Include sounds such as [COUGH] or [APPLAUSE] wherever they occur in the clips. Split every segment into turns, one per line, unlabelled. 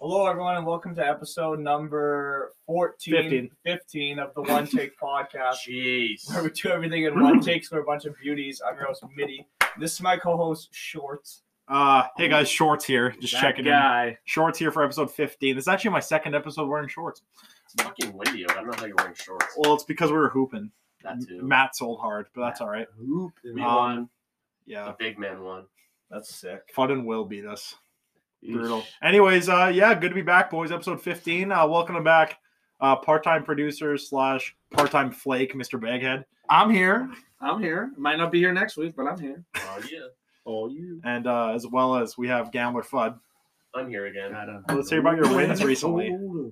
Hello, everyone, and welcome to episode number 14,
15.
15 of the One Take Podcast,
Jeez.
where we do everything in one take, so we're a bunch of beauties. I'm your host, Mitty. This is my co host, Shorts.
Uh, hey guys, Shorts here. Just
That
checking
guy.
in. Shorts here for episode 15. This is actually my second episode wearing shorts.
It's fucking windy. out. I don't know how you're wearing shorts.
Well, it's because we were hooping.
That too.
Matt sold hard, but that's all right.
we
Um,
won.
Yeah,
The big man won.
That's sick.
Fud and Will beat us. Brutal. Anyways, uh, yeah, good to be back, boys. Episode 15. Uh, welcome back, uh, part-time producer slash part-time flake, Mr. Baghead,
I'm here. I'm here. Might not be here next week, but I'm here.
Oh yeah.
Oh, you.
and uh, as well as we have Gambler Fud.
I'm here again.
Let's hear about your wins recently.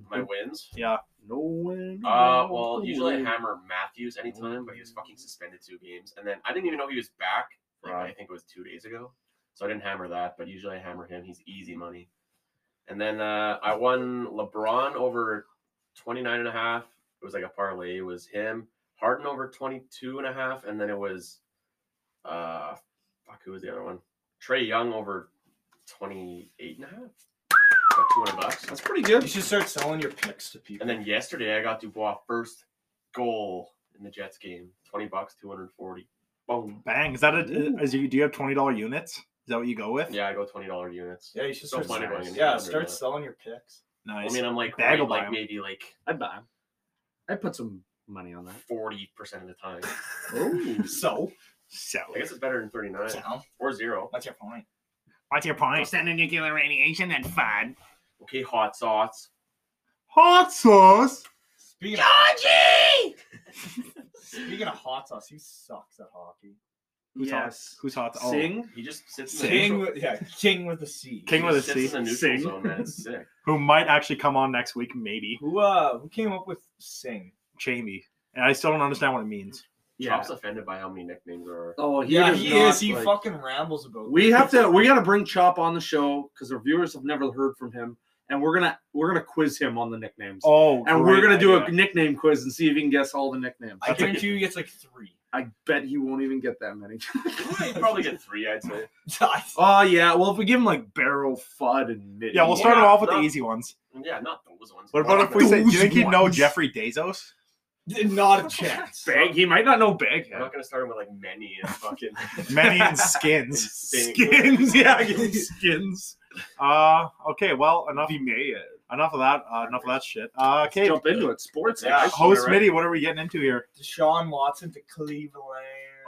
My wins.
Yeah,
No win.
Uh, well, usually I hammer Matthews anytime, but he was fucking suspended two games, and then I didn't even know he was back. Like, I
Right.
think it was two days ago, so I didn't hammer that. But usually I hammer him. He's easy money. And then uh, I won LeBron over 29 and a half. It was like a parlay. It was him. Harden over 22 and a half, and then it was uh, fuck, who was the other one? Trey Young over 28 and a half. About 200 bucks.
That's pretty
You
good.
should start selling your picks to people.
And then yesterday, I got Dubois first goal in the Jets game. Twenty bucks, two hundred forty. Boom.
bang. Is that
Ooh.
a? Is you, do you have twenty dollars units? Is that what you go with?
Yeah, I go twenty dollar units.
yeah, you should
So
start
funny
selling.
going into
Yeah,
under
start
that.
selling your
[LAUGHS]
picks.
Nice.
I mean, I'm like
Bagel
right, like
buy 'em.
maybe like
I'd buy him. I'd put some money on that.
forty percent of the time.
Oh.
So,
so
I guess it's better than thirty nine
so
or zero.
that's your point.
what's your point?
Percent of nuclear radiation and fun.
Okay, hot sauce.
Hot sauce.
Speaking of, speaking of hot sauce, he sucks at hockey.
Who's
Yes.
hot? Who's hot? Oh,
Sing.
He just sits in the
King,
neutral-
with, yeah, king with a C.
King
he
with a
just sits
C.
in the neutral
Sing.
zone, man.
[LAUGHS]
It's sick.
who might actually come on next week? Maybe
Who uh, who came up with Sing?
Jamie. And I still don't understand what it means.
Yeah.
Chop's offended by how many nicknames
[LAUGHS]
there are.
Oh,
yeah,
does
he
not
is. He
like-
fucking rambles about.
We
things.
have to. We got to bring Chop on the show because our viewers have never heard from him, and we're gonna we're gonna quiz him on the nicknames.
Oh,
and we're gonna do a
idea.
nickname quiz and see if he can guess all the nicknames.
I
That's a-
guarantee you, he gets like three. [LAUGHS]
I bet he won't even get that many. [LAUGHS]
He'd probably get three, I'd say.
[LAUGHS]
Oh yeah, well if we give him like barrel fud and Mitty.
Yeah, we'll start
Yeah,
it off with the
no.
easy ones.
Yeah, not those ones.
What about
Not
if we say? Do you
Those
think you know
ones.
Jeffrey Bezos? [LAUGHS]
Not a chance.
bag. He might not know
I'm not
baghead.
gonna start him with like many and fucking.
[LAUGHS] Many
[LAUGHS]
in skins.
Sing.
Skins. Yeah. give
[LAUGHS]
him
skins.
[LAUGHS] Uh. Okay. Well, enough.
He may. uh,
Enough of that. Uh, enough of that shit. Uh, okay.
Jump into it. Sports.
Yeah.
guys.
Host
Alright.
Mitty, what are we getting into here?
Deshaun Watson to Cleveland.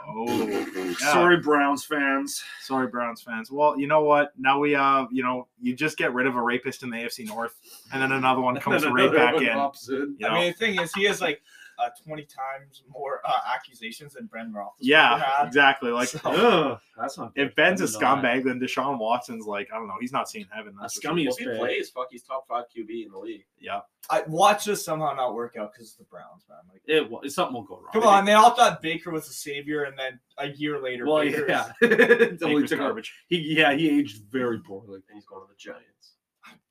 Oh. Yeah.
Sorry, Browns fans.
Sorry, Browns fans. Well, you know what? Now we uh, you know, you just get rid of a rapist in the AFC North, and then another
[LAUGHS]
one comes
And
right
another
back
one
in.
pops in.
You know?
I mean, the thing is, he has like uh, 20 times more uh, accusations than Ben Roethlisberger
yeah,
had.
exactly. Like
So-
Ugh, that's not.
Oh. if Ben's a
I didn't know that.
scumbag, then Deshaun Watson's like, I don't know, he's not seeing heaven.
A
That's for
scummy
sure.
Well,
is
if he
bad.
plays, fuck, he's top five QB in the league.
Yeah.
I watch this somehow not work out because it's the Browns, man. Like,
It will. Something will go wrong.
come on, they all thought Baker was the savior, and then a year later,
Well,
Baker is-
yeah. [LAUGHS] Until he
Baker's
took over.
garbage.
He, yeah, he aged very poorly.
and he's going to the
[LAUGHS]
Giants.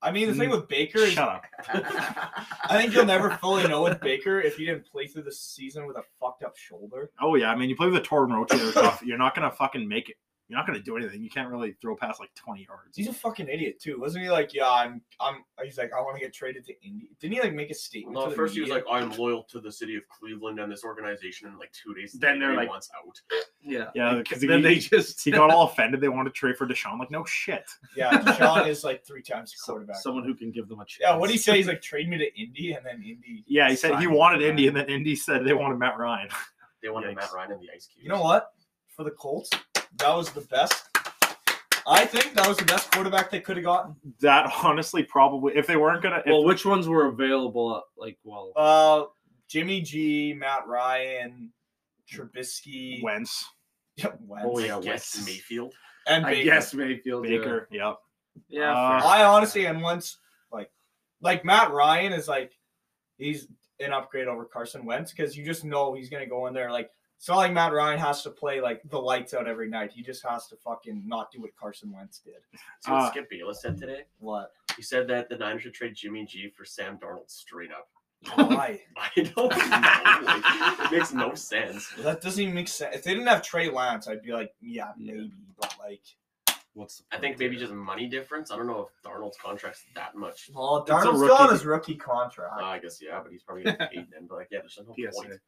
I mean, the thing
Mm.
with Baker
[LAUGHS]
is,
Shut up.
I think you'll never fully know with Baker if he didn't play through the season with a fucked up shoulder.
Oh yeah, I mean, you play with a torn rotator cuff, you're not gonna fucking make it. You're not gonna do anything. You can't really throw past like 20 yards.
He's a fucking idiot too. Wasn't he like, yeah, I'm, I'm. He's like, I want to get traded to Indy. Didn't he like make a statement?
No,
to
at
the
first he was
media?
like, "I'm loyal to the city of Cleveland and this organization." And like two days,
Then they're
he
like-
"Wants out."
Yeah.
Yeah,
Like,
'cause
then
he-
they just
He got all offended. They wanted to trade for Deshaun. Like, no shit.
[LAUGHS] yeah, Deshaun is like three times the
So-
quarterback.
someone who can give them a chance.
yeah, what did he say? He's like, trade me to Indy, and then Indy.
Yeah, he said he
Sign
wanted
Matt
Indy, and then Indy said they wanted Matt Ryan.
They wanted
Yikes.
Matt Ryan and the Ice Cube.
You know what? For the Colts, that was the best. I think that was the best quarterback they could have gotten.
that honestly probably if they weren't gonna if,
Well, which ones were available? Like, well,
Uh, Jimmy G, Matt Ryan, Trubisky,
Wentz,
Yeah, [LAUGHS] Wentz,
Oh,
I
yeah,
guess
Wentz.
Mayfield.
and
I
Baker.
guess Mayfield. yeah.
Baker, yep.
Yeah.
Uh,
fair.
I honestly am once like like Matt Ryan is like he's an upgrade over Carson Wentz because you just know he's gonna go in there like it's not like Matt Ryan has to play like the lights out every night. He just has to fucking not do what Carson Wentz did.
See what
Uh,
Skip Bayless said today.
What?
He said that the Niners should trade Jimmy G for Sam Darnold straight up. [LAUGHS]
Why?
I don't know. like, it makes no sense.
that doesn't even make sense. If they didn't have Trey Lance, I'd be like, yeah,
Yeah.
maybe, but like
what's the
I think
point
maybe
of [LAUGHS]
just
it?
money difference. I don't know if Darnold's contract's that much.
Well,
It's a
Darnold's still on
rookie.
his rookie
Uh,
contract,
I guess yeah, but he's probably gonna get paid then. But like yeah, there's
[LAUGHS]
no
PSA.
point.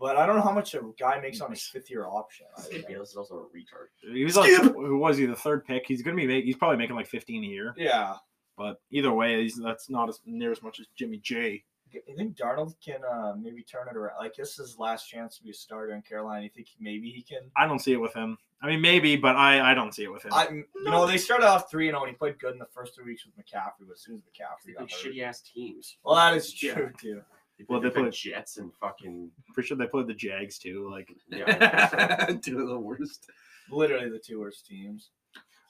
but I don't know how much a guy makes on his fifth year option. I don't know.
Bayless is also a retard.
He was like, who was he? The third pick. He's gonna be making. He's probably making like fifteen a year.
Yeah,
But either way, he's, that's not as near as much as Jimmy J.
I think Darnold can uh, maybe turn it around. Like this is his last chance to be a starter in Carolina. You think maybe he can?
I don't see it with him. I mean, maybe, but I I don't see it with him.
I, you know, they started off three and zero. and He played good in the first three weeks with McCaffrey, but as soon as McCaffrey
Like
got hurt,
shitty ass teams.
well, that is true
Yeah.
too.
Well,
well,
they
they
play-
played Jets and [LAUGHS] fucking
Pretty sure they played the Jags too. Like,
yeah.
Two of the worst.
Literally the two worst teams.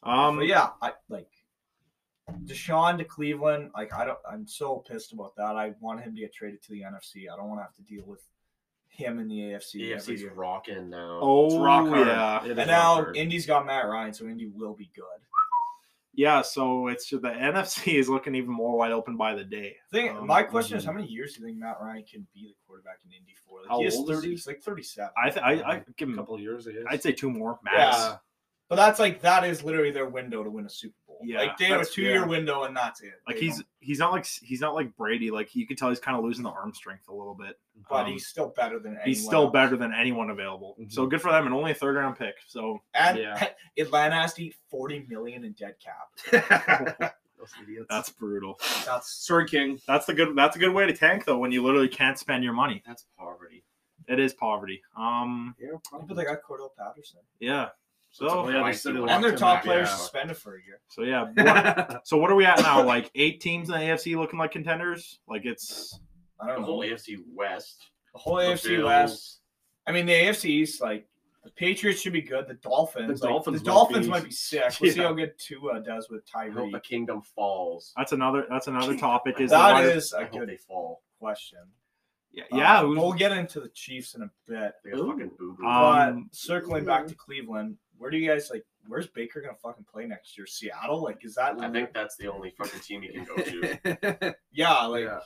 um,
but yeah, I like Deshaun to Cleveland. Like I don't, I'm so pissed about that. I want him to get traded to the NFC. I don't want to have to deal with him in the
[LAUGHS]
AFC. every
AFC's
year.
rocking now.
It's
Oh
rock hard.
yeah,
It is
And now
rock hard.
Indy's got Matt Ryan, so Indy will be good.
yeah. So it's the NFC [LAUGHS] is looking even more wide open by the day.
Thing,
Um,
my question is,
mhm.
how many years do you think Matt Ryan can be the quarterback in Indy for? Like,
How
he is
old is
30,
he?
he's like 37.
I th- I I give
Hmm.
a
him.
couple of years, I guess.
I'd say two more max.
Yeah. But that's like, that is literally their window to win a Super Bowl.
Yeah,
like, they have a
that's-
two year
yeah.
window, and that's it.
Like
They
he's
don't-
he's not like he's not like Brady. Like you can tell he's kind of losing the arm strength a little bit.
but
um,
he's still better than anyone.
he's still
else.
better than anyone available. So good for them, and only a third round pick.
[LAUGHS]
So
And
Yeah.
Atlanta has to eat 40 million in dead cap.
Those idiots.
that's brutal.
That's
Sorry, King.
That's the good. That's a good way to tank though when you literally can't spend your money.
That's poverty.
It is poverty. Um,
Yeah,
but they got Cordell Patterson.
yeah.
Oh,
So
yeah, they said they
And
locked
their
him
top
back,
players
yeah.
suspended for a year.
so yeah. what-
[LAUGHS]
so what are we at now? Like eight teams in the AFC looking like contenders. Like it's
I
The
don't know.
whole AFC West.
The whole
the
AFC
Bills,
West. I mean, the AFC East, like the Patriots should be good. The Dolphins,
The
like,
Dolphins
the
might
Dolphins
be-
might be sick. We'll see
Yeah.
how good Tua does with
I hope the
Tyreek.
kingdom falls.
that's another
[LAUGHS]
that's another topic. Is the
That
wide-
is
I
a
hope
good
they fall.
question.
yeah. yeah
Uh,
who's-
we'll get into the Chiefs in a bit.
They got
Ooh.
fucking boo boo.
Um,
but circling back to Cleveland, where do you guys like? Where's Baker gonna fucking play next year? Seattle? Like, is that?
I think that's the only fucking team you can go
[LAUGHS]
to.
Yeah, like
Yeah.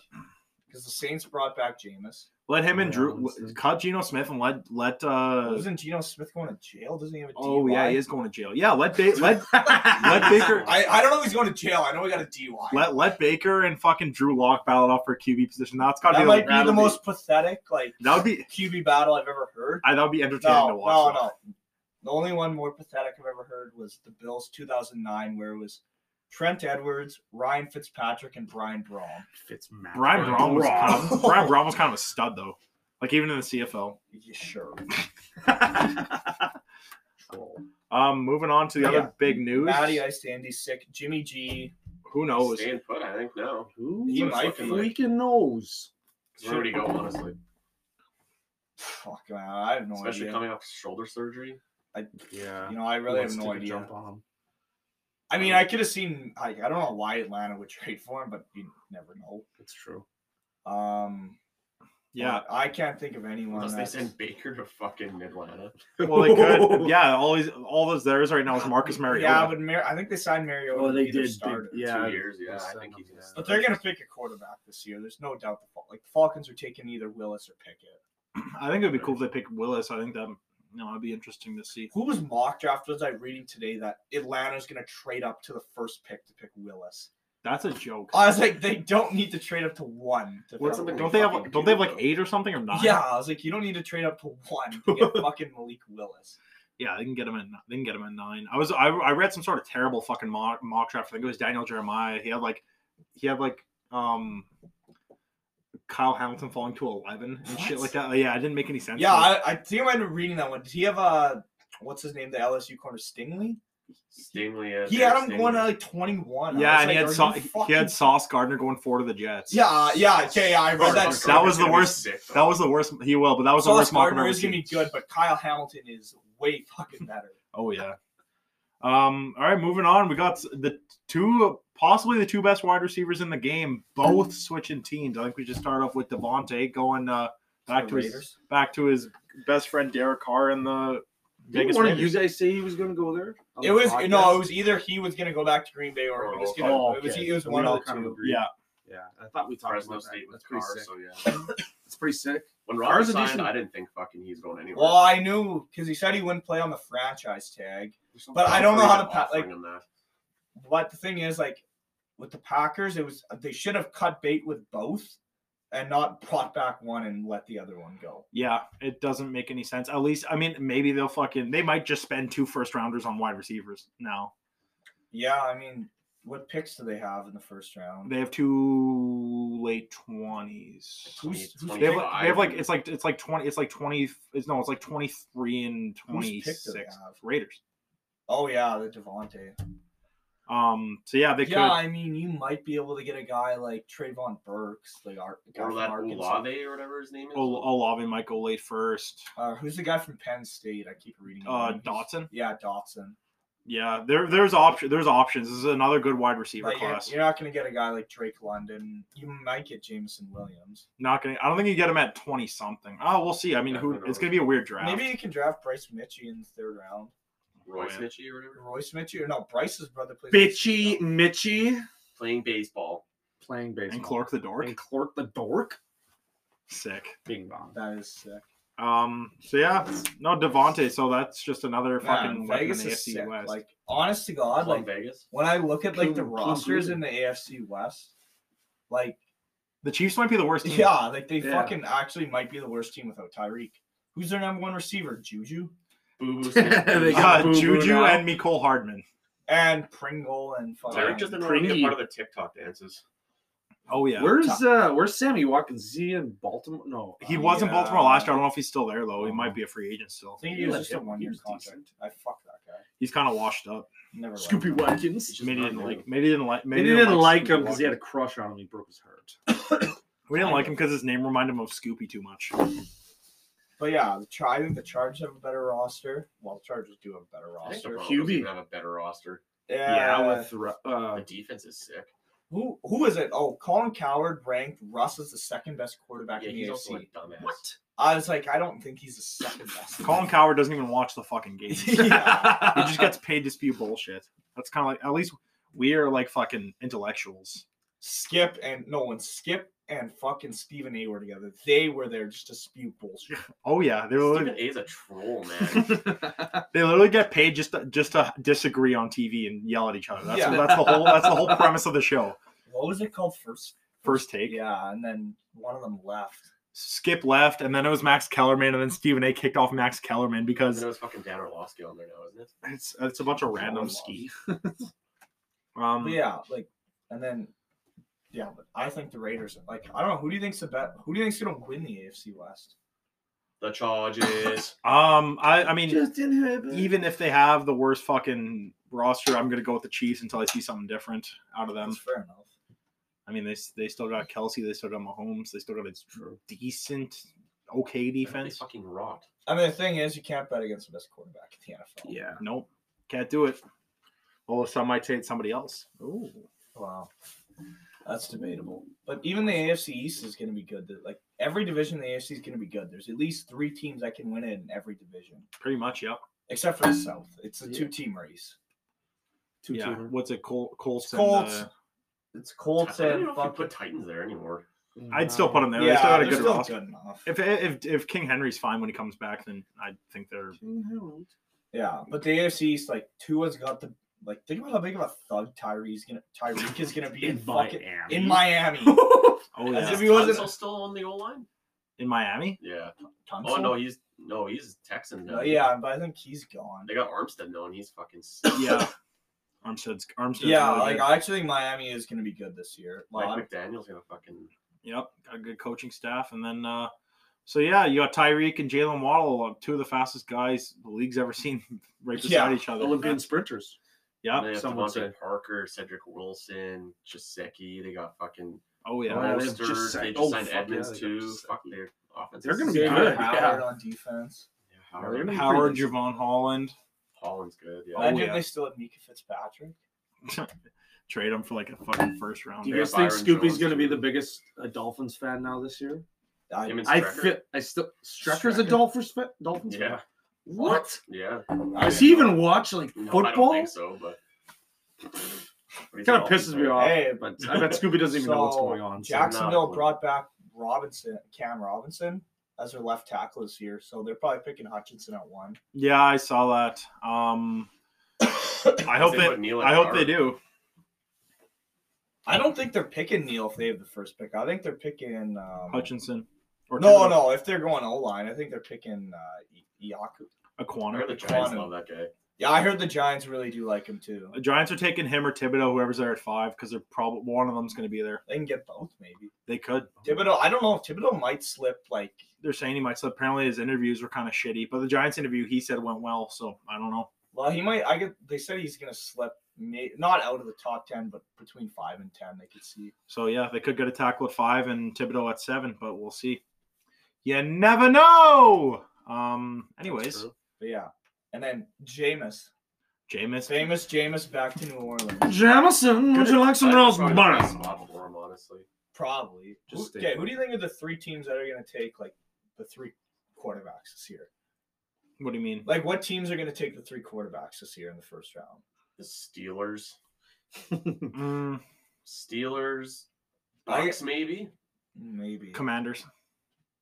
because the Saints brought back Jameis.
let him and
Yeah,
Drew
let's see.
cut Geno Smith and let let uh
Isn't Geno Smith going to jail? Doesn't he have a
Oh
DUI?
yeah, he is going to jail. Yeah, let
[LAUGHS]
ba- let
Let
let Baker
I, I don't know if he's going to jail. I know he got a DUI.
let let Baker and fucking Drew Lock battle it off for QB position. That's got to
that
be
might
like,
be the
that'll be-
most pathetic like
that would be
QB battle I've ever heard.
I that would be entertaining
No,
to
no,
watch.
no. The only one more pathetic I've ever heard was the Bills 2009, where it was Trent Edwards, Ryan Fitzpatrick, and Brian Braun.
Fitz Matt.
Brian Brom was
Braun. [LAUGHS]
kind of, Brian Brom was kind of a stud though. Like even in the CFL.
Yeah, sure.
Troll.
Um, moving on to the
Yeah.
other big news.
Matty Ice, Andy Sick, Jimmy G.
Who knows?
Staying put, I think. No,
Who
He
the
might be.
freaking knows?
where would he go? Honestly,
Fuck man, I have no
especially
idea.
coming off shoulder surgery.
Yeah.
you know, I really have no idea. I mean, I could have seen. Like, I don't know why Atlanta would [LAUGHS] trade for him, but you never know.
That's true.
Um,
Yeah.
I can't think of anyone.
Unless they
that's-
send Baker to fucking Atlanta.
Well, they [LAUGHS] could. Yeah, all these, all those there is right now is Marcus Mariota.
Yeah, but Mar- I think they signed Mariota.
Oh,
to
they
be their
did. They,
starter.
yeah.
Two years, yeah. I
send
think he's
him
gonna.
down.
But they're gonna pick a quarterback this year. There's no doubt. The Fal- like the Falcons are taking either Willis or Pickett.
I think it would be cool if they pick Willis. I think that you know, it'd be interesting to see.
Who was mock draft was I reading today that Atlanta's gonna trade up to the first pick to pick Willis?
That's a joke.
I was like, they don't need to trade up to one. To
What's
pick
something
Willis.
don't they have
fucking
don't they have
do,
like
though.
eight or something or nine?
Yeah, I was like, you don't need to trade up to one to get fucking Malik Willis.
yeah, they can get him at they can get him at nine. I was I, I read some sort of terrible fucking mock, mock draft. I think it was Daniel Jeremiah. He had like he had like um Kyle Hamilton falling to eleven and shit
What?
like that. Like, yeah, it didn't make any sense.
Yeah,
Like,
I, I think I might have reading that one. Did he have a what's his name? The LSU corner Stingley.
Stingley. uh,
He
Derek
had him going
Stingley.
at like twenty one.
yeah, and he had Sau-
like,
he had Sauce Gardner going four to the Jets.
Yeah, yeah, okay, yeah, I read
Sauce
that.
Gardner's
that was the
gonna be
worst-
sick,
that
though.
was the worst. He will, but that was the
Sauce
worst mock
Gardner
I've ever
is gonna
seen.
be good, but Kyle Hamilton is way fucking better.
Oh yeah. Um. All right, moving on. We got the two, possibly the two best wide receivers in the game, both switching teams. I think we just start off with Devontae going uh, back
The
to his
Raiders.
back to his best friend Derek Carr and the
Didn't
Vegas
one of you
Raiders.
guys say he was going to go there? On
It
the
was
podcast?
no, it was either he was gonna go back to Green Bay or he was gonna.
Oh,
It was
okay.
it was
So we
one
all
of the
kind of
two.
agreed.
Yeah,
Yeah, I thought we talked
Fresno
about that.
State with
That's pretty
Carr,
sick.
so yeah.
That's pretty sick.
When
Carr's
Rodgers
a
signed,
decent-
I didn't think fucking he's going anywhere.
Well, I knew because he said he wouldn't play on the franchise tag,
There's something-
But I don't know how to
Offering
pa- like-
him that.
But the thing is, like with the Packers, it was they should have cut bait with both and not brought back one and let the other one go.
Yeah, it doesn't make any sense. At least, I mean, maybe they'll fucking they might just spend two first rounders on wide receivers now.
Yeah, I mean, what picks do they have in the first round?
They have two late twenties.
who's, who's,
They have,
pick-
like- they have like it's like it's like twenty it's like twenty it's no it's like twenty three and
Whose
twenty
pick do they
six
have?
Raiders.
oh yeah, the Devontae.
Um. So yeah, they
yeah, I mean, you might be able to get a guy like Trayvon Burks, the art the guy
or
from
that
Arkansas.
Olave or whatever his name is.
could. Ol- Olave might go late first.
Uh, who's the guy from Penn State? I keep reading. his
Uh,
name. He's-
Dotson.
Yeah, Dotson.
Yeah, there there's option there's options. This is another good wide receiver
Like, you're,
class.
you're not going to get a guy like Drake London. You might get Jameson Williams.
Not gonna. I don't think you get him at twenty something. Oh, we'll see. I mean,
Yeah,
who?
who knows?
It's gonna be a weird draft.
Maybe you can draft Bryce Mitchie in the third round.
Royce
Oh, yeah.
Mitchie or whatever.
Royce Mitchie? Or no, Bryce's brother plays.
Bitchy Mitchy
Playing baseball.
playing baseball.
and Clark the Dork.
And Clark the dork.
Sick.
Bing bong.
That is sick.
Um. So yeah, no Devonte. So that's just another fucking
Man,
weapon in
Vegas
the
is
AFC
sick.
West.
Like, honest to God,
Club
like [LAUGHS]
Vegas.
when I look at like the
King- King
rosters
Gruden.
in the AFC West, like
the Chiefs might be the worst team.
yeah, like they
Yeah.
fucking actually might be the worst team without Tyreek. Who's their number one receiver? Juju
Boo boo.
They
Uh,
Tyreek
got Boo Boo
Juju
now.
and Nicole Hardman.
and Pringle and fucking.
just didn't want to
Pringy.
get part of their TikTok dances.
Oh yeah.
Where's uh where's Sammy Watkins? Is he in Baltimore? No.
he
uh,
was in
yeah.
Baltimore last year. I don't know if he's still there though. He
Oh.
might be a free agent still.
I think
He
he was
was
just a
hit-
one
he
year
was
contract.
decent.
I fuck that guy.
He's kind of washed up.
Never. liked
Scoopy
him.
Watkins.
He's just
Maybe
not
didn't
good.
like. Maybe didn't like.
Maybe
Maybe
they didn't like
Scoopy
him because he had a
Watkins.
crush on him. He broke his heart.
We didn't
kind
like
of.
him because his name reminded him of Scoopy too much.
But yeah, the Char- I think the Chargers have a better roster. Well, the Chargers do have a better
I think the
roster.
Broncos
QB.
even have a better roster.
Yeah,
Uh,
with Ru-
[LAUGHS]
uh,
The defense is sick.
who who is it? Oh, Colin Coward ranked Russ as the second best quarterback
Yeah,
in the
he's
AFC.
also a dumbass.
what?
I was like, I don't think he's the second best. [LAUGHS]
Colin Coward doesn't even watch the fucking game. he
Yeah.
[LAUGHS]
just gets paid to spew bullshit. That's kind of like at least we are like fucking intellectuals.
Skip and no one Skip and fucking Stephen A were together. They were there just to spew bullshit.
Oh yeah, they
Stephen
literally,
A's a troll, man.
they literally get paid just to, just to disagree on TV and yell at each other. That's
Yeah.
that's the whole that's the whole premise of the show.
[LAUGHS] What was it called first?
First take.
Yeah, and then one of them left.
Skip left, and then it was Max Kellerman, and then Stephen A. kicked off Max Kellerman
and
because
it was fucking Dan Orlovsky on there now, isn't it?
it's it's a bunch of random ski. [LAUGHS] Um,
Oh. But yeah, like, and then yeah, but I think the Raiders. Like, I don't know who do you think's the bet? Who do you think's gonna win the AFC West?
The Chargers.
um, I I mean,
Justin Herbert.
even if they have the worst fucking roster, I'm gonna go with the Chiefs until I see something different out of them.
That's fair enough.
I mean, they they still got Kelsey, they still got Mahomes, they still got a
True.
decent, okay [LAUGHS]
They
defense.
fucking rot.
I mean, the thing is, you can't bet against the best quarterback in the NFL.
Yeah.
Nope, can't do it. Although some might say it's somebody else. Oh,
Wow. That's debatable. But even the AFC East is going to be good. The- Like every division in the AFC is going to be good. There's at least three teams that can win it in every division,
pretty much, yep.
except for the South. It's a
Yeah.
two team race.
Two
yeah.
teamer.
What's it? Col- Colts. and,
Colts.
uh,
It's Colts
I don't
and
know if you
fucking.
put Titans there anymore.
I'd still put them there. they
yeah,
still got a
they're
good
still
roster.
good enough.
If, if if King Henry's fine when he comes back, then I think they're
them.
yeah, but the AFC East, like Tua's got the like. Think about how big of a thug Tyree's gonna Tyreek is gonna
[LAUGHS]
be in, fucking in Miami.
oh
As
yeah
if he wasn't-
Tunsil still on the O line.
in
[COUGHS]
Miami.
Yeah. Oh
Tunsil?
no, he's no, he's Texan now.
Uh, yeah, but I think he's gone.
They got Armstead now, and he's fucking.
[COUGHS]
sick.
Yeah, Armstead's Armstead's
Yeah,
really
like
good.
I actually think Miami is gonna be good this year. Well,
[COUGHS] Mike
I'm-
McDaniel's gonna fucking.
Yep, got a good coaching staff, and then uh, so yeah, you got Tyreek and Jalen Waddle, uh, two of the fastest guys the league's ever seen, [LAUGHS] right beside
Yeah,
each other. [LAUGHS]
Olympian sprinters.
Yep.
they have
someone
Devontae
said-
Parker, Cedric Wilson, Jaceki. They got fucking.
Oh yeah.
Oh, they have
Mostert. They just
Jacek-
signed
oh, fuck, yeah,
Edmonds
they got
too.
Jacek.
Fuck their offense.
They're
is
gonna be
sick.
Xavier
good,
Howard
yeah.
on defense.
Yeah,
They're
Howard,
gonna be
Howard,
pretty decent.
Javon Holland, [LAUGHS]
Holland's good. Yeah.
Oh,
Imagine
yeah.
they still had Mika Fitzpatrick.
trade him for like a fucking first round.
Do you
Yeah,
guys think
Byron
Scoopy's
Jones,
going to be
too.
the biggest uh, Dolphins fan now this year?
I,
Him and
I
Strecker?
fit. I still Strecker's a
Strecker?
Dolphins fan. Dolphins fan.
Yeah.
What?
Yeah.
I
Does
didn't
he
know.
even watch like
No, I don't
football?
think so, but.
It kind of pisses me off.
Hey,
but I bet Scooby doesn't even know what's going on. so-
Jacksonville
not-
brought back Robinson, Cam Robinson, as their left tackle this year, so they're probably picking Hutchinson at one.
Yeah, I saw that. Um, I hope
They
they.
put Neal at
I hope
guard.
they do.
I don't think they're picking Neil if they have the first pick. I think they're picking um,
Hutchinson. Or
No,
Timber-
no. If they're going O line, I think they're picking uh, I- Iaku.
I
Aquano.
heard the Giants
Quantum.
love that guy.
Yeah, I heard the Giants really do like him too.
The Giants are taking him or Thibodeau, whoever's there at five, because they're probably one of them's going to be there.
They can get both, maybe.
They could.
Oh.
Thibodeau, I don't know. Thibodeau might slip. Like,
They're saying he might slip. Apparently, his interviews were kind of shitty, but the Giants interview he said went well. So I don't know.
well, he might. I get. They said he's gonna slip. May, not out of the top ten, but between five and ten, they could see.
So yeah, they could get a tackle at five and Thibodeau at seven, but we'll see. You never know. Um. Anyways,
But yeah, and then Jameis,
Jameis.
famous Jameis, back to New Orleans.
Jamison, would you like some else
Probably the
buns?
best spot for him, honestly.
Probably.
Just
Who-
stay
okay, who
put.
do you think are the three teams that are gonna take like the three quarterbacks this year?
What do you mean?
Like, what teams are gonna take the three quarterbacks this year in the first round?
The Steelers.
[LAUGHS]
Mm,
Steelers.
I-
Bucks, maybe.
Maybe.
commanders.